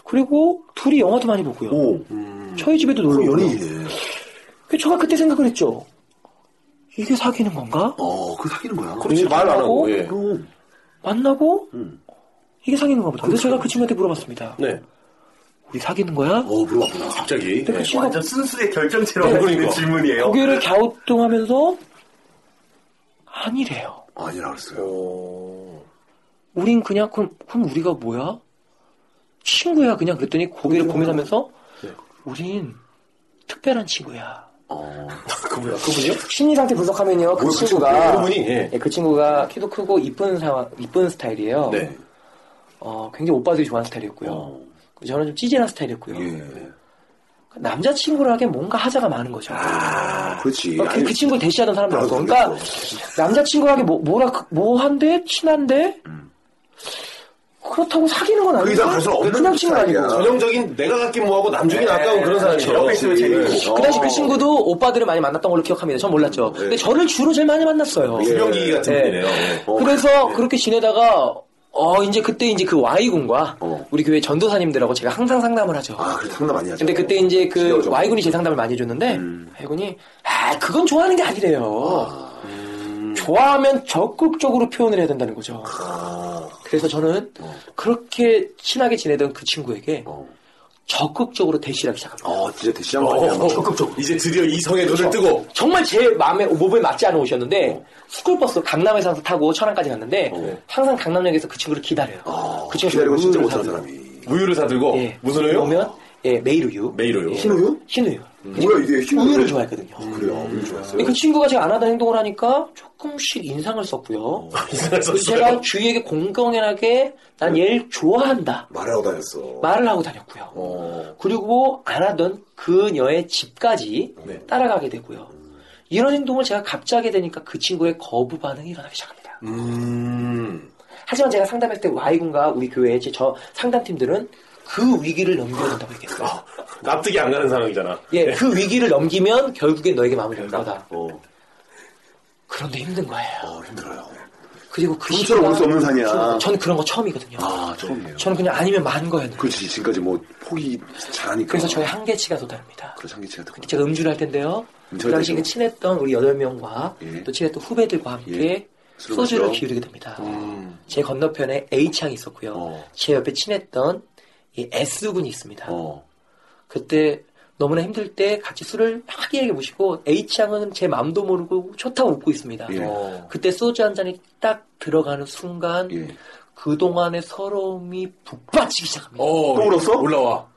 그리고 둘이 영화도 많이 보고요. 오. 저희 집에도 놀러 그럼 오고요. 연예인이네. 그 제가 그때 생각을 했죠. 이게 사귀는 건가? 어, 그 사귀는 거야. 그렇지, 말 안 하고, 예. 그럼. 만나고 음. 이게 사귀는 건가 보다. 그래서 제가 그 친구한테 물어봤습니다. 네. 우리 사귀는 거야? 어, 물어봤구나. 갑자기. 근데 그 친구가 네, 그러니까. 완전 순수의 결정체로 오고 있는 질문이에요. 고개를 갸우뚱하면서 아니래요. 아니라 그랬어요. 우린 그냥 그럼 그럼 우리가 뭐야? 친구야 그냥 그랬더니 고개를 고민하면서 우린 특별한 친구야. 그분이요? 그분이요? 심리 상태 분석하면요 그 뭐야, 그 친구가 친구, 그분이, 예. 예, 그 친구가 키도 크고 이쁜 사 이쁜 스타일이에요. 네. 어, 굉장히 오빠들이 좋아하는 스타일이었고요. 저는 좀 찌질한 스타일이었고요. 어. 예. 남자 친구를 하기엔 뭔가 하자가 많은 거죠. 아, 그렇지. 그러니까 그, 그 친구를 대시하던 사람들 없어. 나도 그러니까 그랬어. 남자친구하게 뭐, 뭐라 그- 뭐한데 친한데 음. 그렇다고 사귀는 건 아닌데 이상 갈 수는 없는 그냥 친구 아니고 스타일이야. 전형적인 내가 갖긴 뭐하고 남주긴 아까운 그런 사람이죠. 예. 옆에 있으면 예. 재밌고. 그 어, 당시 그 친구도 오빠들을 많이 만났던 걸로 기억합니다. 전 몰랐죠. 예. 근데 저를 주로 제일 많이 만났어요. 유명기기 같은 예. 분이네요. 예. 어, 그래서 그렇게 지내다가 어 이제 그때 이제 그 Y군과 어. 우리 교회 전도사님들하고 제가 항상 상담을 하죠. 아, 그래, 상담 많이 하죠. 근데 그때 이제 그 지역적으로. Y군이 제 상담을 많이 해줬는데 음. Y군이 아 그건 좋아하는 게 아니래요. 음. 좋아하면 적극적으로 표현을 해야 된다는 거죠. 아. 그래서 저는 그렇게 친하게 지내던 그 친구에게 어. 적극적으로 대시하기 시작합니다. 어, 진짜 대시한 거 아니야. 어, 적극적. 이제 드디어 이성의 눈을 뜨고. 정말 제 마음에 몸에 맞지 않아 오셨는데 어. 스쿨버스 강남에서 항상 타고 천안까지 갔는데 항상 강남역에서 그 친구를 기다려요. 어, 그 친구가 기다리고 진짜 우유를 못하는 사고. 사람이. 우유를 사들고. 예. 무슨 우유? 오면 예 메일 우유, 메이로요. 신우유? 흰우유. 뭐야, 이게 신우유? 우유를 좋아했거든요. 그래요. 우유 좋아했어요. 근데 그 친구가 제가 안 하던 행동을 하니까 조금씩 인상을 어, 썼고요. 그래서 제가 주위에게 공공연하게 난 얘를 좋아한다 말하고 다녔어. 말을 하고 다녔고요. 네. 뭐. 어. 그리고 안 하던 그녀의 집까지 네. 따라가게 되고요. 이런 행동을 제가 갑자기 되니까 그 친구의 거부 반응이 일어나기 시작합니다. 음. 하지만 제가 상담할 때 Y군과 우리 교회의 제- 저 상담팀들은 그 위기를 넘겨야 된다고 얘기했어요. 아, 납득이 안 가는 상황이잖아. 네. 예, 그 위기를 넘기면 결국엔 너에게 마음을 열 거다. 어. 그런데 힘든 거예요. 어, 힘들어요. 그리고 그 눈처럼 올수 없는 산이야. 저는 그런 거 처음이거든요. 아, 처음이에요. 저는 그냥 아니면 만 거였는데. 그렇지, 지금까지 뭐, 포기 잘하니까. 그래서 저의 한계치가 도달합니다. 그런 장기치가 듣고. 제가 음주를 할 텐데요. 그 음주할 당시 그 때죠. 친했던 우리 여덟 명과 예. 또 친했던 후배들과 함께 예. 술을 소주를 마시죠. 기울이게 됩니다. 음. 제 건너편에 H향이 있었고요. 어. 제 옆에 친했던 이 S군이 있습니다. 어. 그때 너무나 힘들 때 같이 술을 하기하게 모시고 H향은 제 맘도 모르고 좋다고 웃고 있습니다. 예. 어. 그때 소주 한 잔이 딱 들어가는 순간 예. 그동안의 서러움이 북받치기 시작합니다. 어, 또 울었어? 올라와.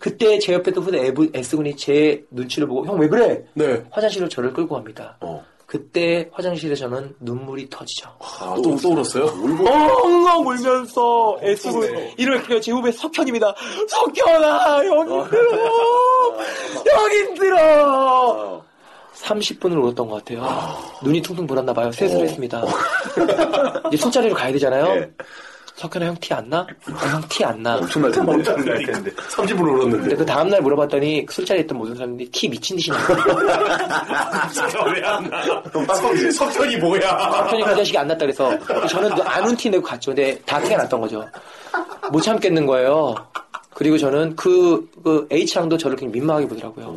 그때 제 옆에 있던 후배 에브- S군이 제 눈치를 보고 형 왜 그래? 네. 화장실로 저를 끌고 갑니다. 어. 그때 화장실에 저는 눈물이 터지죠. 아, 또, 또 울었어요? 울고. 엉엉 울면서 애쓰고 이럴 때제 후배 석현입니다. 석현아 형 힘들어 형 힘들어 30분을 울었던 것 같아요. 눈이 퉁퉁 불었나 봐요. 세수를 했습니다. 이제 술자리로 가야 되잖아요. 예. 석현아 형 티 안 나? 형 티 안 나. 엄청 날 텐데. 엄청 날 텐데. 30분 울었는데. 근데 그 다음날 물어봤더니 술자리에 있던 모든 사람들이 티 미친 듯이 났다. 왜안 나? 아, 석- 석현이 뭐야? 석현이 그 자식이 안 났다 그래서 저는 안 운 티 내고 갔죠. 근데 다 티가 났던 거죠. 못 참겠는 거예요. 어, 네. 그리고 저는 그, 그 H양도 저를 굉장히 민망하게 보더라고요.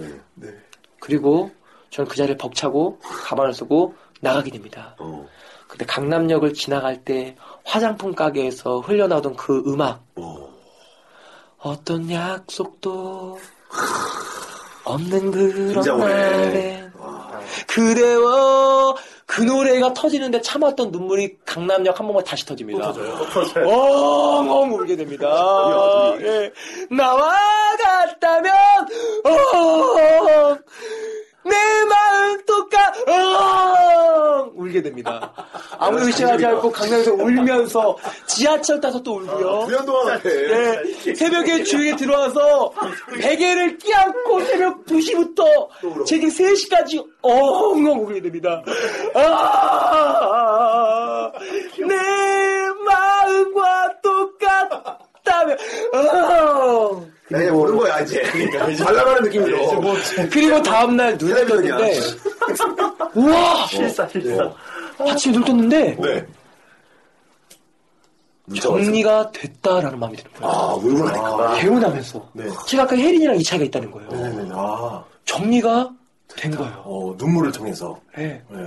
그리고 저는 그 자리를 벅차고 가방을 쓰고 나가게 됩니다. 어. 근데 강남역을 지나갈 때 화장품 가게에서 흘려나오던 그 음악. 어. 어떤 약속도 없는 그런 김장호래. 날에 그대와 그 노래가 터지는데 참았던 눈물이 강남역 한 번만 다시 터집니다. 엉엉 울게 됩니다. 예. 나와 같다면 엉! 내 마음 똑같 엉! 울게 됩니다. 아무 의심하지 않고 강남에서 울면서 지하철 타서 또 울고요. 두년 동안 네, 새벽에 주위에 들어와서 베개를 끼안고 새벽 2시부터 제게 3시까지 엉엉 울게 됩니다. 아, 내 마음과 똑같다면 아. 네, 모르는 거야, 이제. 잘 나가는 느낌이죠. 뭐. 그리고 다음날 눈을 떴는데 우와 어. 실사, 실사. 아침에 눈 떴는데 어, 네. 정리가 됐다라는 마음이 드는 거예요. 아, 울고 나니까. 개운하면서 네. 제가 아까 혜린이랑 이 차이가 있다는 거예요. 왜냐면, 아, 정리가 된 거예요. 어, 눈물을 통해서. 네. 네.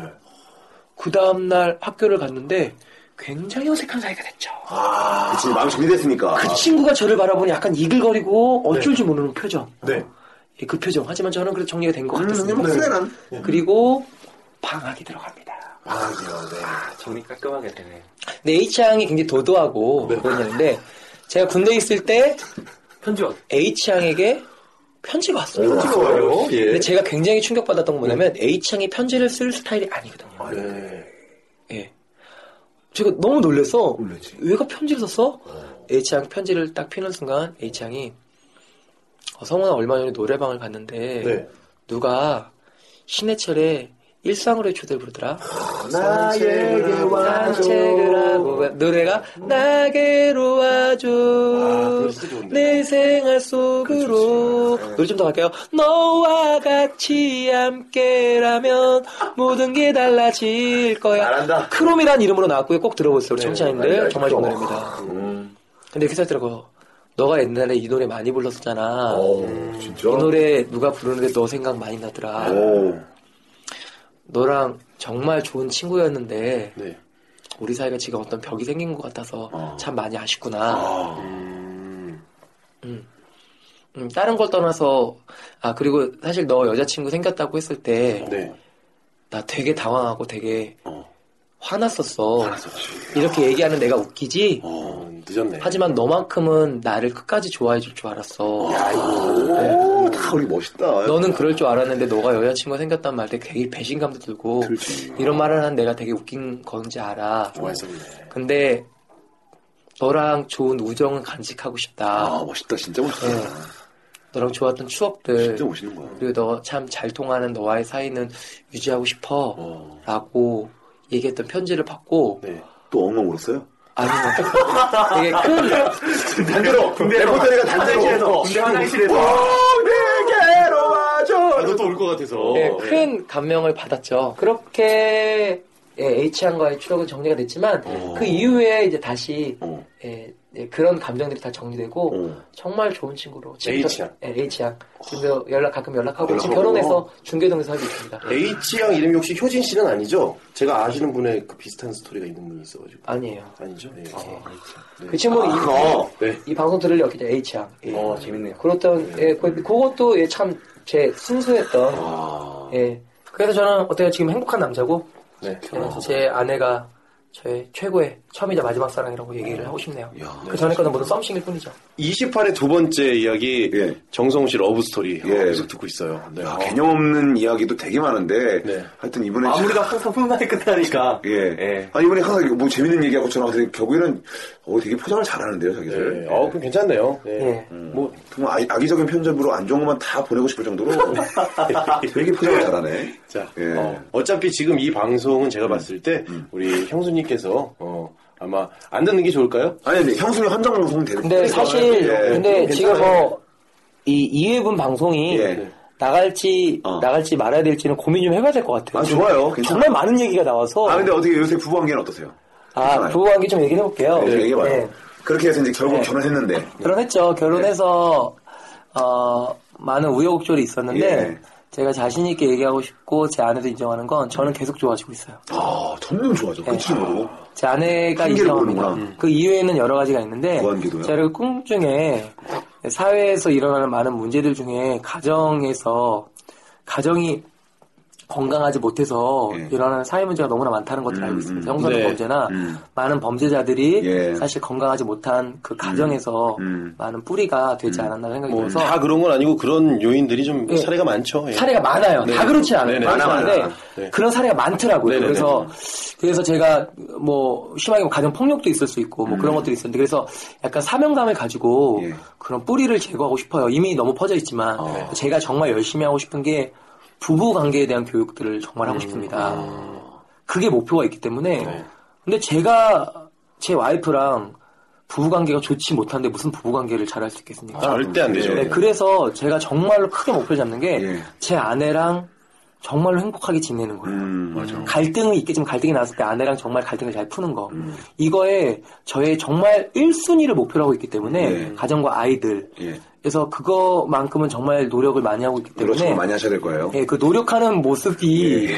그 다음날 학교를 갔는데 굉장히 어색한 사이가 됐죠. 아, 그치, 마음이 정리됐으니까. 그 친구가 저를 바라보니 약간 이글거리고 어쩔 줄 모르는 표정. 네. 예, 그 표정. 하지만 저는 그래도 정리가 된 것 음, 같았습니다. 네. 목소리는. 그리고 방학이 들어갑니다. 아, 귀여운데. 정리 깔끔하게 되네. 내 H양이 굉장히 도도하고 그랬는데 제가 군대 있을 때 편지 왔 H양에게 편지가 왔어요. 아, 찍어요? 근데 네. 예. 제가 굉장히 충격받았던 건 뭐냐면 H양이 편지를 쓸 스타일이 아니거든요. 아, 네. 예. 제가 너무 놀래서 놀래지. 얘가 편지를 썼어? H양 편지를 딱 피는 순간 H양이 어, 성훈아 얼마 전에 노래방을 갔는데 네. 누가 신해철의 일상으로의 초대를 부르더라 나에게 아, 와줘. 산책을 하고 가- 노래가 나게로 아, 와줘 내 생활 속으로 네. 노래 좀 더 갈게요 너와 같이 함께라면 모든 게 달라질 거야 잘한다. 네, 크롬이란 이름으로 나왔고요 꼭 들어보세요 우리 청취자님들 알죠. 음. 정말 좋은 노래입니다 근데 이렇게 생각더라고요 너가 옛날에 이 노래 많이 불렀었잖아 어, 어, 오, 진짜? 이 노래 누가 부르는데 너 생각 많이 나더라 오, 너랑 정말 좋은 친구였는데 네. 우리 사이가 지금 어떤 벽이 생긴 것 같아서 참 많이 아쉽구나. 아, 음. 음, 다른 걸 떠나서 아 그리고 사실 너 여자친구 생겼다고 했을 때 나 네. 되게 당황하고 되게 어. 화났었어. 알았었지. 이렇게 얘기하는 내가 웃기지. 어, 늦었네. 하지만 너만큼은 나를 끝까지 좋아해 줄 줄 알았어. 아이고, 다 우리 멋있다. 너는 그럴 줄 알았는데 너가 여자친구가 생겼단 말 때 되게 배신감도 들고 들지. 이런 말을 한 내가 되게 웃긴 건지 알아. 좋아했었네. 근데 너랑 좋은 우정을 간직하고 싶다. 아, 멋있다. 진짜 멋있다. 네. 너랑 좋았던 추억들 네. 진짜 멋있는 거야. 그리고 너 참 잘 통하는 너와의 사이는 유지하고 싶어 어. 라고 얘기했던 편지를 받고 네. 또 엉엉 울었어요? 아니 되게 큰 반대로 아, 네. 레포터리가 어. 단대실에서 군대 화장실에서. 내게로 아, 와줘. 나도 또 올 것 같아서. 예, 어, 큰 감명을 받았죠. 그렇게 예, H양과의 추억은 정리가 됐지만 어. 그 이후에 이제 다시 어. 예, 예, 그런 감정들이 다 정리되고 어. 정말 좋은 친구로 H양. 예, H양 지금도 연락 가끔 연락하고 연락하고. 지금 결혼해서 중계동에서 살고 있습니다. H양 이름이 혹시 효진 씨는 아니죠? 제가 아시는 분의 그 비슷한 스토리가 있는 분이 있어가지고. 아니에요. 아니죠? 네. 그 친구는 어, 네. 이, 이 방송 들으려고 했죠 H양. 예. 어, 재밌네요. 그렇던 예, 그, 그것도 예, 참제 순수했던 아, 예. 그래서 저는 어때요 지금 행복한 남자고 네. 예, 제 아내가 저의 최고의 처음이자 마지막 사랑이라고 얘기를 하고 싶네요. 야, 그 전에 거는 모두 썸씽일 뿐이죠. 28의 두 번째 이야기 네. 예. 정성우 씨 러브 스토리 예. 어, 계속 듣고 있어요. 네. 야, 어. 아, 개념 없는 이야기도 되게 많은데 네. 하여튼 이번에 마무리가 항상 훈훈하게 끝나니까. 네. 예. 아 이번에 항상 뭐 재밌는 얘기하고 전화 되게 결국에는 어 되게 포장을 잘하는데요, 자기들. 네. 어, 그럼 괜찮네요. 네. 예. 뭐 정말 아, 기적인 편집으로 안 좋은 것만 다 보내고 싶을 정도로 되게 포장을 잘하네. 자, 예. 음. 어, 차피 지금 이 방송은 제가 봤을 때 우리 형수님께서 어, 아마 안 듣는 게 좋을까요? 아니 근데 형수님 한정 방송 되는. 근데 사실 예. 근데 괜찮아요. 지금 뭐이 2회분 방송이 예. 나갈지 어. 나갈지 말아야 될지는 고민 좀 해봐야 될 것 같아요. 아 좋아요. 괜찮아. 정말 많은 얘기가 나와서 아 근데 어떻게 요새 부부 관계는 어떠세요? 아, 부부 관계 좀 얘기해 볼게요. 네, 얘기해봐요. 그렇게 해서 이제 네. 결국 결혼했는데. 결혼했죠. 결혼해서 어, 많은 우여곡절이 있었는데 예. 제가 자신 있게 얘기하고 싶고 제 아내도 인정하는 건 저는 계속 좋아지고 있어요. 아, 점점 좋아져. 네. 끝으로. 제 아내가 핑계를 인정합니다. 보는구나. 음. 그 이외에는 여러 가지가 있는데 무한기도요? 제가 꿈 중에 사회에서 일어나는 많은 문제들 중에 가정에서 가정이 건강하지 못해서 예. 일어나는 사회 문제가 너무나 많다는 것을 음, 알고 있습니다. 형사적 네. 범죄나 음. 많은 범죄자들이 예. 사실 건강하지 못한 그 음. 가정에서 많은 뿌리가 되지 않았나 생각이 뭐 들어서 다 그런 건 아니고 그런 요인들이 좀 예. 사례가 많죠. 예. 사례가 많아요. 네. 다 그렇지 않아요. 네네. 많아, 많아, 많은데 많아. 네. 그런 사례가 많더라고요. 네네네. 그래서 그래서 제가 뭐 심하게 가정 폭력도 있을 수 있고 뭐 그런 음. 것들이 있었는데 그래서 약간 사명감을 가지고 예. 그런 뿌리를 제거하고 싶어요. 이미 너무 퍼져 있지만 아. 제가 정말 열심히 하고 싶은 게 부부 관계에 대한 교육들을 정말 음. 하고 싶습니다. 아. 그게 목표가 있기 때문에 네. 근데 제가 제 와이프랑 부부 관계가 좋지 못한데 무슨 부부 관계를 잘할 수 있겠습니까? 절대 안 예. 되죠. 네, 그래서 제가 정말로 크게 목표를 잡는 게 예. 제 아내랑 정말로 행복하게 지내는 거예요. 음. 갈등이 있겠지만 갈등이 나왔을 때 아내랑 정말 갈등을 잘 푸는 거. 음. 이거에 저의 정말 1순위를 목표로 하고 있기 때문에 예. 가정과 아이들. 그래서 그거만큼은 정말 노력을 많이 하고 있기 때문에 그렇죠. 많이 하셔야 될 거예요. 예, 그 노력하는 모습이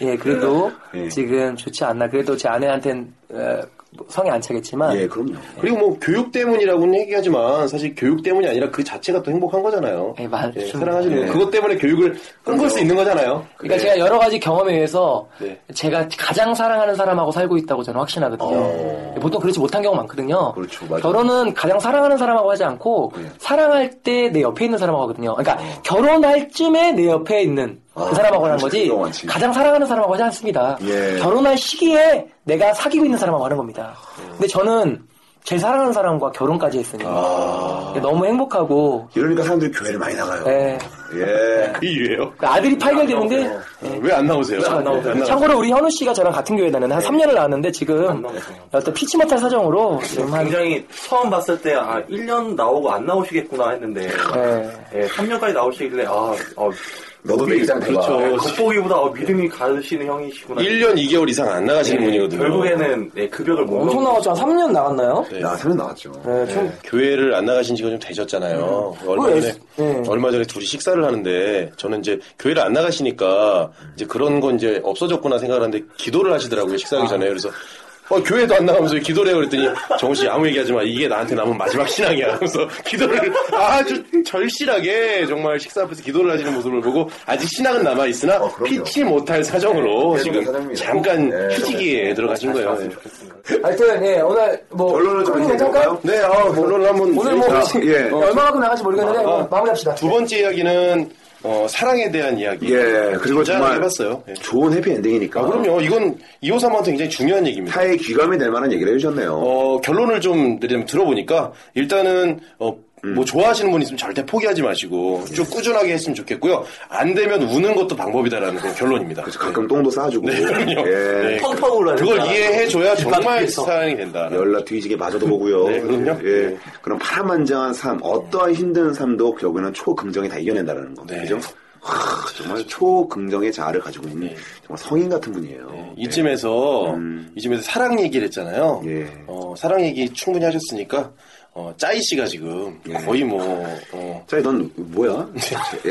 예, 그래도 예. 지금 좋지 않나. 그래도 제 아내한테는 어, 성에 안 차겠지만 예, 그럼요. 네. 그리고 뭐 교육 때문이라고는 얘기하지만 사실 교육 때문이 아니라 그 자체가 또 행복한 거잖아요. 예, 맞- 예, 그렇죠. 좀- 사랑하시는 네. 예. 거. 그것 때문에 교육을 끊을 수 있는 거잖아요. 그러니까 예. 제가 여러 가지 경험에 의해서 네. 제가 가장 사랑하는 사람하고 살고 있다고 저는 확신하거든요. 보통 그렇지 못한 경우가 많거든요. 맞아요. 결혼은 가장 사랑하는 사람하고 하지 않고 사랑할 때 내 옆에 있는 사람하고 하거든요. 그러니까 결혼할 쯤에 내 옆에 있는 그 사람하고 하는 거지 가장 사랑하는 사람하고 하지 않습니다. 예. 결혼할 시기에 내가 사귀고 있는 사람하고 하는 겁니다. 근데 저는 제 사랑하는 사람과 결혼까지 했으니 너무 행복하고 아. 이러니까 사람들이 교회를 많이 나가요. 예. 예. 어. 이유예요? 그 아들이 8개월 됐는데 네. 네. 왜 안 나오세요? 안 나오더라고요. 네, 참고로 우리 현우 씨가 저랑 같은 교회 다니는 한 3년을 나왔는데 지금 어떤 피치 못할 사정으로 지금 한 네, 굉장히 처음 봤을 때, 아, 1년 나오고 안 나오시겠구나 했는데, 네. 예, 3년까지 나오시길래, 아, 아 너도 내 입장 대봐. 그렇죠. 겉보기보다 아, 믿음이 가시는 형이시구나. 1년 2개월 이상 안 나가시는 예, 분이거든요. 결국에는 예, 급여를 못 엄청 먹는 나왔죠. 한 3년 나갔나요? 야, 세면 나왔죠. 네, 좀 교회를 안 나가신 지가 좀 되셨잖아요. 음. 어, 얼마 예. 왜? 전에 얼마 전에 둘이 식사를 하는데 저는 이제 교회를 안 나가시니까 이제 그런 건 이제 없어졌구나 생각하는데 기도를 하시더라고요 식사하기 아. 전에 그래서 어, 교회도 안 나가면서 왜 기도를 해요 그랬더니 정우 씨 아무 얘기하지 마 이게 나한테 남은 마지막 신앙이야 하면서 기도를 아주 절실하게 정말 식사 앞에서 기도를 하시는 모습을 보고 아직 신앙은 남아 있으나 피치 못할 사정으로 어, 네, 어, 지금 사정입니다. 잠깐 네, 휴지기에 들어가신 거예요. 하여튼 예, 오늘 뭐 결론을 좀 끝내볼까요? 해볼까요? 네, 어, 아, 결론을 한번. 오늘 뭐 자, 예. 얼마만큼 나갈지 모르겠는데 아, 아. 뭐 마무리합시다. 두 번째 이야기는 어, 사랑에 대한 이야기. 예, 그리고 진짜 정말 해봤어요. 예. 좋은 해피엔딩이니까. 아, 그럼요. 이건 2호삼한테 굉장히 중요한 얘기입니다. 타의 귀감이 될 만한 얘기를 해주셨네요. 어, 결론을 좀 내리면 들어보니까 일단은 어, 음. 뭐 좋아하시는 분 있으면 절대 포기하지 마시고 쭉 꾸준하게 했으면 좋겠고요. 안 되면 우는 것도 방법이다라는 그런 결론입니다. 그래서 가끔 똥도 싸주고. 네, 그럼요. 예. 네. 펑펑 울어요. 그걸 이해해줘야 정말 뒷바퀴에서. 사랑이 된다. 열라 뒤지게 맞아도 보고요. 네, 그럼요. 예. 그런 파란만장한 삶, 어떠한 힘든 삶도 결국에는 초긍정이 다 이겨낸다라는 거. 네. 그죠? 하, 정말 초긍정의 자아를 가지고 있는 정말 성인 같은 분이에요. 네. 이쯤에서 음. 이쯤에서 사랑 얘기를 했잖아요. 예. 어, 사랑 얘기 충분히 하셨으니까 어, 짜이 씨가 지금 예. 거의 뭐 어, 짜이, 넌 뭐야? 예.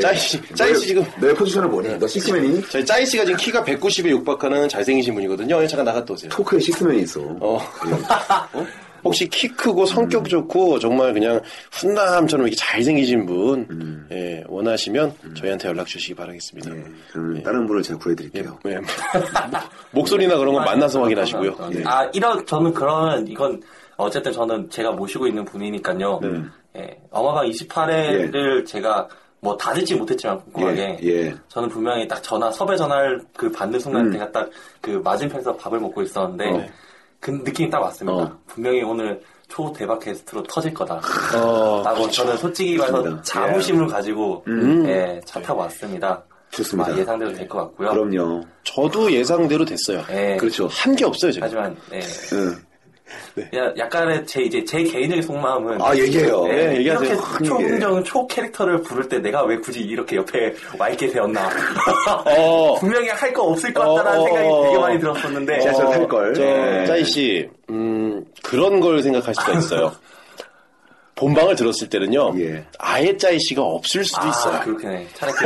짜이 씨, 짜이 씨 지금 너의 포지션을 뭐니? 너 식스맨이니? 저희 짜이 씨가 지금 키가 190에 육박하는 잘생기신 분이거든요. 예, 잠깐 나갔다 오세요. 토크에 식스맨이 있어. 어. 혹시 키 크고 성격 음. 좋고 정말 그냥 훈남처럼 이렇게 잘생기신 분 예, 원하시면 저희한테 연락 주시기 바라겠습니다. 음. 예. 그럼 다른 분을 제가 구해드릴게요. 예, 목소리나 그런 건 만나서 확인하시고요. 네. 예. 아, 이런, 저는 그러면 이건, 어쨌든 저는 제가 모시고 있는 분이니까요. 네. 예, 어마방 예. 28회를 제가 뭐 다 듣지 못했지만 궁금하게. 예, 예. 저는 분명히 딱 전화, 섭외 전화를 그 받는 순간 음. 제가 딱 그 맞은편에서 밥을 먹고 있었는데, 어. 그 느낌이 딱 왔습니다. 분명히 오늘 초 대박 게스트로 터질 거다. 어, 라고 저는 솔직히 말해서 좋습니다. 자부심을 가지고, 음. 예, 차 타고 왔습니다. 좋습니다. 아마 예상대로 될 것 같고요. 그럼요. 저도 예상대로 됐어요. 예. 그렇죠. 한 게 없어요, 제가. 하지만, 예. 응. 야, 약간의 제 이제 제 개인적인 속마음은 아, 얘기해요. 네, 네. 예, 얘기하세요. 이렇게 초긍정 초 캐릭터를 부를 때 내가 왜 굳이 이렇게 옆에 와 있게 되었나 어, 분명히 할 거 없을 것 같다라는 어, 생각이 어, 되게 어. 많이 들었었는데 제가 어, 할 걸. 저 예. 짜이 씨, 음, 그런 걸 생각할 수가 있어요. 본방을 들었을 때는요. 아예 짜이 씨가 없을 수도 아, 아, 있어요. 그렇긴 해. 차라리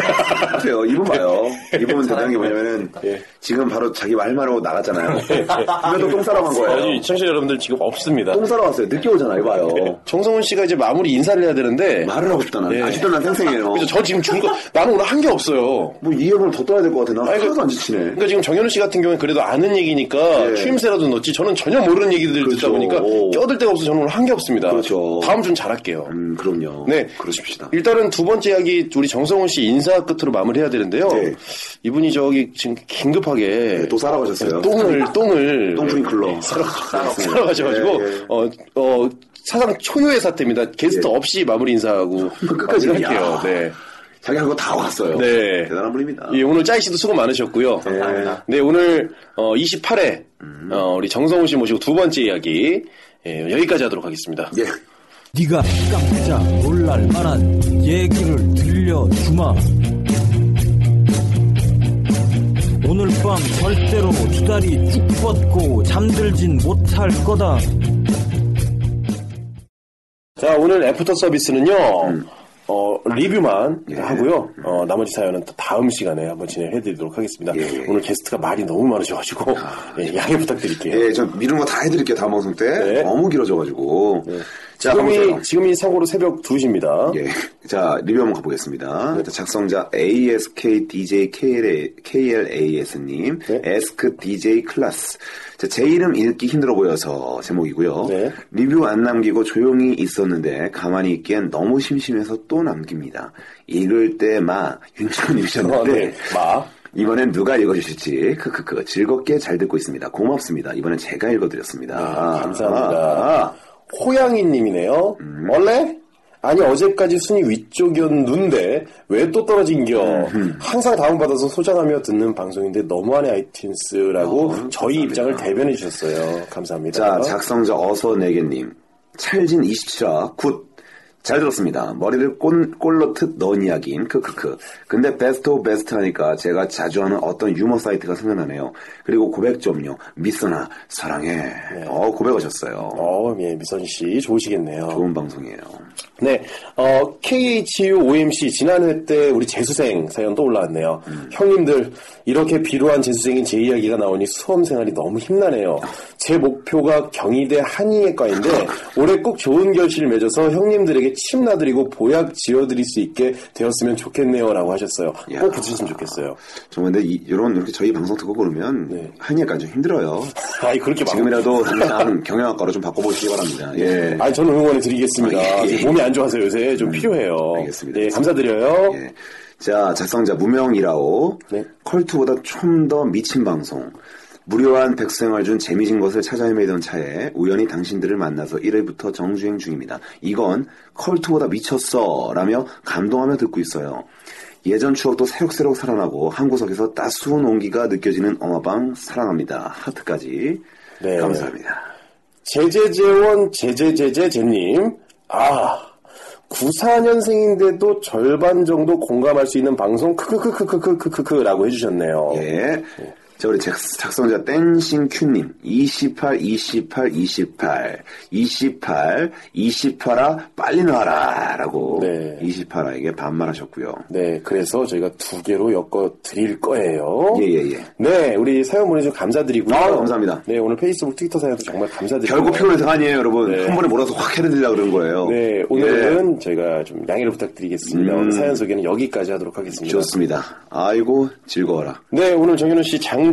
그래요. 이분 봐요. 예. 이분 대단한 게 뭐냐면은 지금 바로 자기 말만으로 나갔잖아요. 그래도 똥 싸러 간 거예요. 예. 아니, 청취자 여러분들 지금 없습니다. 네. 똥 싸러 왔어요. 늦게 오잖아. 이봐요. 정성훈 씨가 이제 마무리 인사를 해야 되는데 말을 하고 싶다 나는. 아직도 난 예. 생생해요. 그래서 저 지금 줄거 나는 오늘 한 게 없어요. 뭐 이 형을 더 떠야 될 것 같아. 나 하나도 안 지치네. 그러니까 지금 정현우 씨 같은 경우는 그래도 아는 얘기니까 예. 추임새라도 넣지 저는 전혀 모르는 얘기들 듣다 보니까 껴들 데가 없어서 저는 오늘 한 게 없습니다. 그렇죠. 다음 주는 잘할게요. 그럼요. 네. 그러십시다. 일단은 두 번째 이야기 우리 정성훈 씨 인사 끝으로 마무리해야 되는데요. 이분이 저기 지금 긴급하게 또 사러 예, 가셨어요. 똥을 똥을 네, 똥프링클러. 아, 사러, 사러 가셔가지고 예, 예. 어, 어, 사상 초유의 사태입니다. 게스트 없이 마무리 인사하고 아, 끝까지 마무리 할게요. 이야. 네. 자기 한 거 다 왔어요. 네. 대단한 분입니다. 예, 오늘 짜이 씨도 수고 많으셨고요. 네, 오늘 어, 28회 음. 어, 우리 정성훈 씨 모시고 두 번째 이야기 예, 여기까지 하도록 하겠습니다. 예. 네가 깜짝 놀랄 만한 얘기를 들려주마 오늘 밤 절대로 두 다리 쭉 뻗고 잠들진 못할 거다 자, 오늘 애프터 서비스는요. 음. 어, 리뷰만 예. 하고요. 어, 나머지 사연은 또 다음 시간에 한번 진행해드리도록 하겠습니다. 예. 오늘 게스트가 말이 너무 많으셔가지고 예, 양해 부탁드릴게요. 아, 예, 전 미룬 거 다 해드릴게요. 다음 방송 때. 너무 길어져가지고. 자, 가보세요. 네. 지금이, 예. 지금이 사고로 새벽 2시입니다. 예, 자, 리뷰 한번 가보겠습니다. 네. 일단 작성자 ASKDJKLAS님, 네. 에스크DJ 클라스. 자, 제 이름 읽기 힘들어 보여서 제목이고요. 네. 리뷰 안 남기고 조용히 있었는데 가만히 있기엔 너무 심심해서 또 남깁니다. 읽을 때마 어, 윤정님이셨는데 네. 마. 이번엔 누가 읽어주실지 크크크 즐겁게 잘 듣고 있습니다. 고맙습니다. 이번엔 제가 읽어드렸습니다. 아, 네, 아, 감사합니다. 호양이님이네요. 원래? 아니 어제까지 순위 위쪽이었는데 왜 또 떨어진겨? 항상 다운받아서 소장하며 듣는 방송인데 너무하네 아이튠스라고 저희 입장을 대변해 주셨어요. 감사합니다. 자, 작성자 어서 내게님. 찰진 27화 굿. 잘 들었습니다. 머리를 꼰, 꼴로트 넣은 이야기인 크크크. 근데 베스트 오브 베스트 하니까 제가 자주 하는 어떤 유머 사이트가 생각나네요. 그리고 고백 좀요. 미선아 사랑해. 어 고백하셨어요. 네. 어, 예, 미선 씨 좋으시겠네요. 좋은 방송이에요. 네, 어, KHUOMC 지난회 때 우리 재수생 사연 또 올라왔네요. 음. 형님들, 이렇게 비루한 재수생인 제 이야기가 나오니 수험생활이 너무 힘나네요. 제 목표가 경희대 한의외과인데 올해 꼭 좋은 결실을 맺어서 형님들에게 침나드리고 보약 지어드릴 수 있게 되었으면 좋겠네요. 라고 하셨어요. 꼭 붙으셨으면 좋겠어요. 네. 정말 근데 이, 이런 이렇게 저희 방송 듣고 그러면 한의학과 좀 힘들어요. 아니 그렇게 막- 지금이라도 당장 경영학과로 좀 바꿔보시기 바랍니다. 네. 예. 아니, 저는 응원해 드리겠습니다. 아, 예, 예. 몸이 안 좋아서 요새 좀 필요해요. 알겠습니다. 예, 감사드려요. 자, 작성자 무명이라오. 컬투보다 좀 더 미친 방송. 무료한 백수생활 중 재미진 것을 찾아 헤매던 차에 우연히 당신들을 만나서 1회부터 정주행 중입니다. 이건 컬투보다 미쳤어 라며 감동하며 듣고 있어요. 예전 추억도 새록새록 살아나고 한 구석에서 따스운 온기가 느껴지는 어마방 사랑합니다. 하트까지 감사합니다. 제제제원 제제제제제님 아 94년생인데도 절반 정도 공감할 수 있는 방송 크크크크크크크크크라고 해주셨네요. 예. 자, 우리 작, 작성자 땡싱 큐님. 28, 28, 28. 28, 28아, 빨리 나와라. 라고. 28아에게 반말하셨고요 네, 그래서 저희가 두 개로 엮어 드릴 거예요. 예, 예, 예. 네, 우리 사연 보내주셔서 감사드리고요. 아, 감사합니다. 네, 오늘 페이스북, 트위터 사연도 정말 감사드리고요. 결국 피곤해서 아니에요, 여러분. 네. 한 번에 몰아서 확 해드리려고 그런 거예요. 네, 오늘은 저희가 좀 양해를 부탁드리겠습니다. 예. 음. 오늘 사연 소개는 여기까지 하도록 하겠습니다. 예, 좋습니다. 아이고, 즐거워라. 네, 오늘 정현우 씨 장장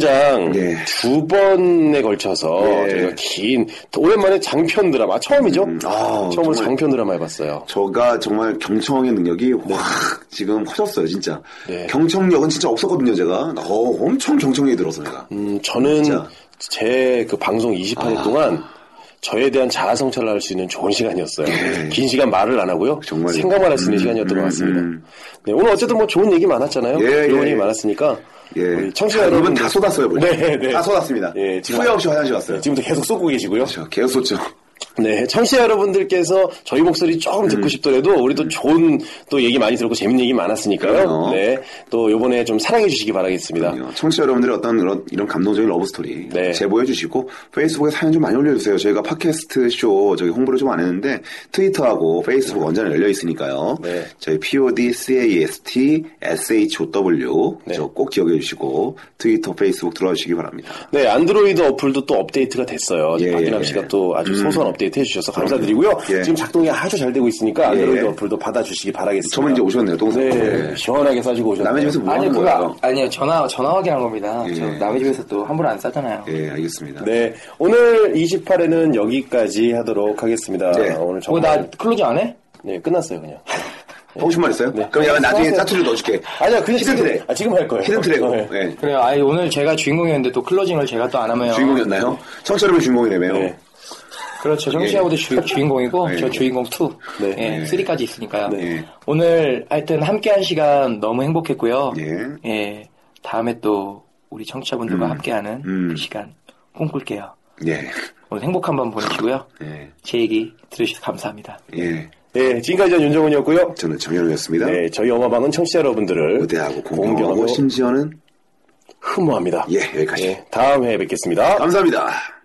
두 번에 걸쳐서 네. 저희가 긴 오랜만에 장편 드라마 아, 처음이죠? 처음으로 정말. 장편 드라마 해봤어요. 저가 정말 경청의 능력이 네. 확 지금 커졌어요, 진짜. 경청력은 진짜 없었거든요, 제가. 어, 엄청 경청력이 들어서 내가. 음, 저는 제 그 방송 28일 아. 동안 저에 대한 자아 성찰을 할 수 있는 좋은 시간이었어요. 네. 긴 시간 말을 안 하고요. 생각만 할 수 있는 음, 시간이었던 것 같습니다. 네, 오늘 어쨌든 뭐 좋은 얘기 많았잖아요. 예, 좋은 예. 얘기 많았으니까 우리 청취자 자, 이분 여러분 예. 아, 다 쏟았어요, 보니까. 네, 네. 다 쏟았습니다. 예, 지금 후회 없이 화장실 갔어요. 그렇죠. 지금도 계속 쏟고 계시고요. 계속 쏟죠. 네, 청취자 여러분들께서 저희 목소리 조금 음. 듣고 싶더라도 우리도 좋은 또 얘기 많이 들었고 재밌는 얘기 많았으니까요. 그럼요. 네, 또 요번에 좀 사랑해 주시기 바라겠습니다. 청취자 여러분들의 어떤 이런, 이런 감동적인 러브스토리 네. 제보해 주시고 페이스북에 사연 좀 많이 올려주세요. 저희가 팟캐스트 쇼 저기 홍보를 좀 안 했는데 트위터하고 페이스북 언제나 열려 있으니까요. 네. 저희 POD CAST SHOW 네. 저 꼭 기억해 주시고 트위터 페이스북 들어와 주시기 바랍니다. 네, 안드로이드 어플도 또 업데이트가 됐어요. 예, 박기남 예. 씨가 또 아주 음. 소소한 업데이트 해주셔서 감사드리고요. 예. 지금 작동이 아주 잘 되고 있으니까 안드로이드 예. 어플도 받아주시기 바라겠습니다. 저번 이제 오셨네요, 동생. 네, 예. 시원하게 싸주고 오셨네요. 남의 집에서 뭐 아니 하는 그거 거예요? 아- 아니요 전화 전화 확인한 겁니다. 예. 저 남의 집에서 또 함부로 안 싸잖아요. 예, 알겠습니다. 네, 오늘 28회는 여기까지 하도록 하겠습니다. 네. 오늘 어, 나 클로징 안 해? 네, 끝났어요 그냥. 하고 싶은 말 있어요? 그럼 야 약간 나중에 짜투리로 넣어줄게. 네. 아니야, 그냥 히든 지금- 트랙. 아, 지금 할 거예요. 히든 트랙. 네. 그래요. 아니 오늘 제가 주인공이었는데 또 클로징을 제가 또 안 네. 하면 주인공이었나요? 청취자 여러분 주인공이라며요. 그렇죠. 정시하고도 주, 주인공이고 예. 저 주인공 2, 네. 예, 예. 3까지 있으니까요. 네. 오늘 하여튼 함께한 시간 너무 행복했고요. 예. 다음에 또 우리 청취자분들과 함께하는 그 시간 꿈꿀게요. 예. 오늘 행복한 밤 보내시고요. 예. 제 얘기 들으셔서 감사합니다. 예. 네, 지금까지 는 윤정훈이었고요. 저는 정현우였습니다. 네, 저희 영화방은 청취자 여러분들을 무대하고 공경하고 심지어는 흠모합니다. 예, 여기까지. 다음 회에 뵙겠습니다. 감사합니다.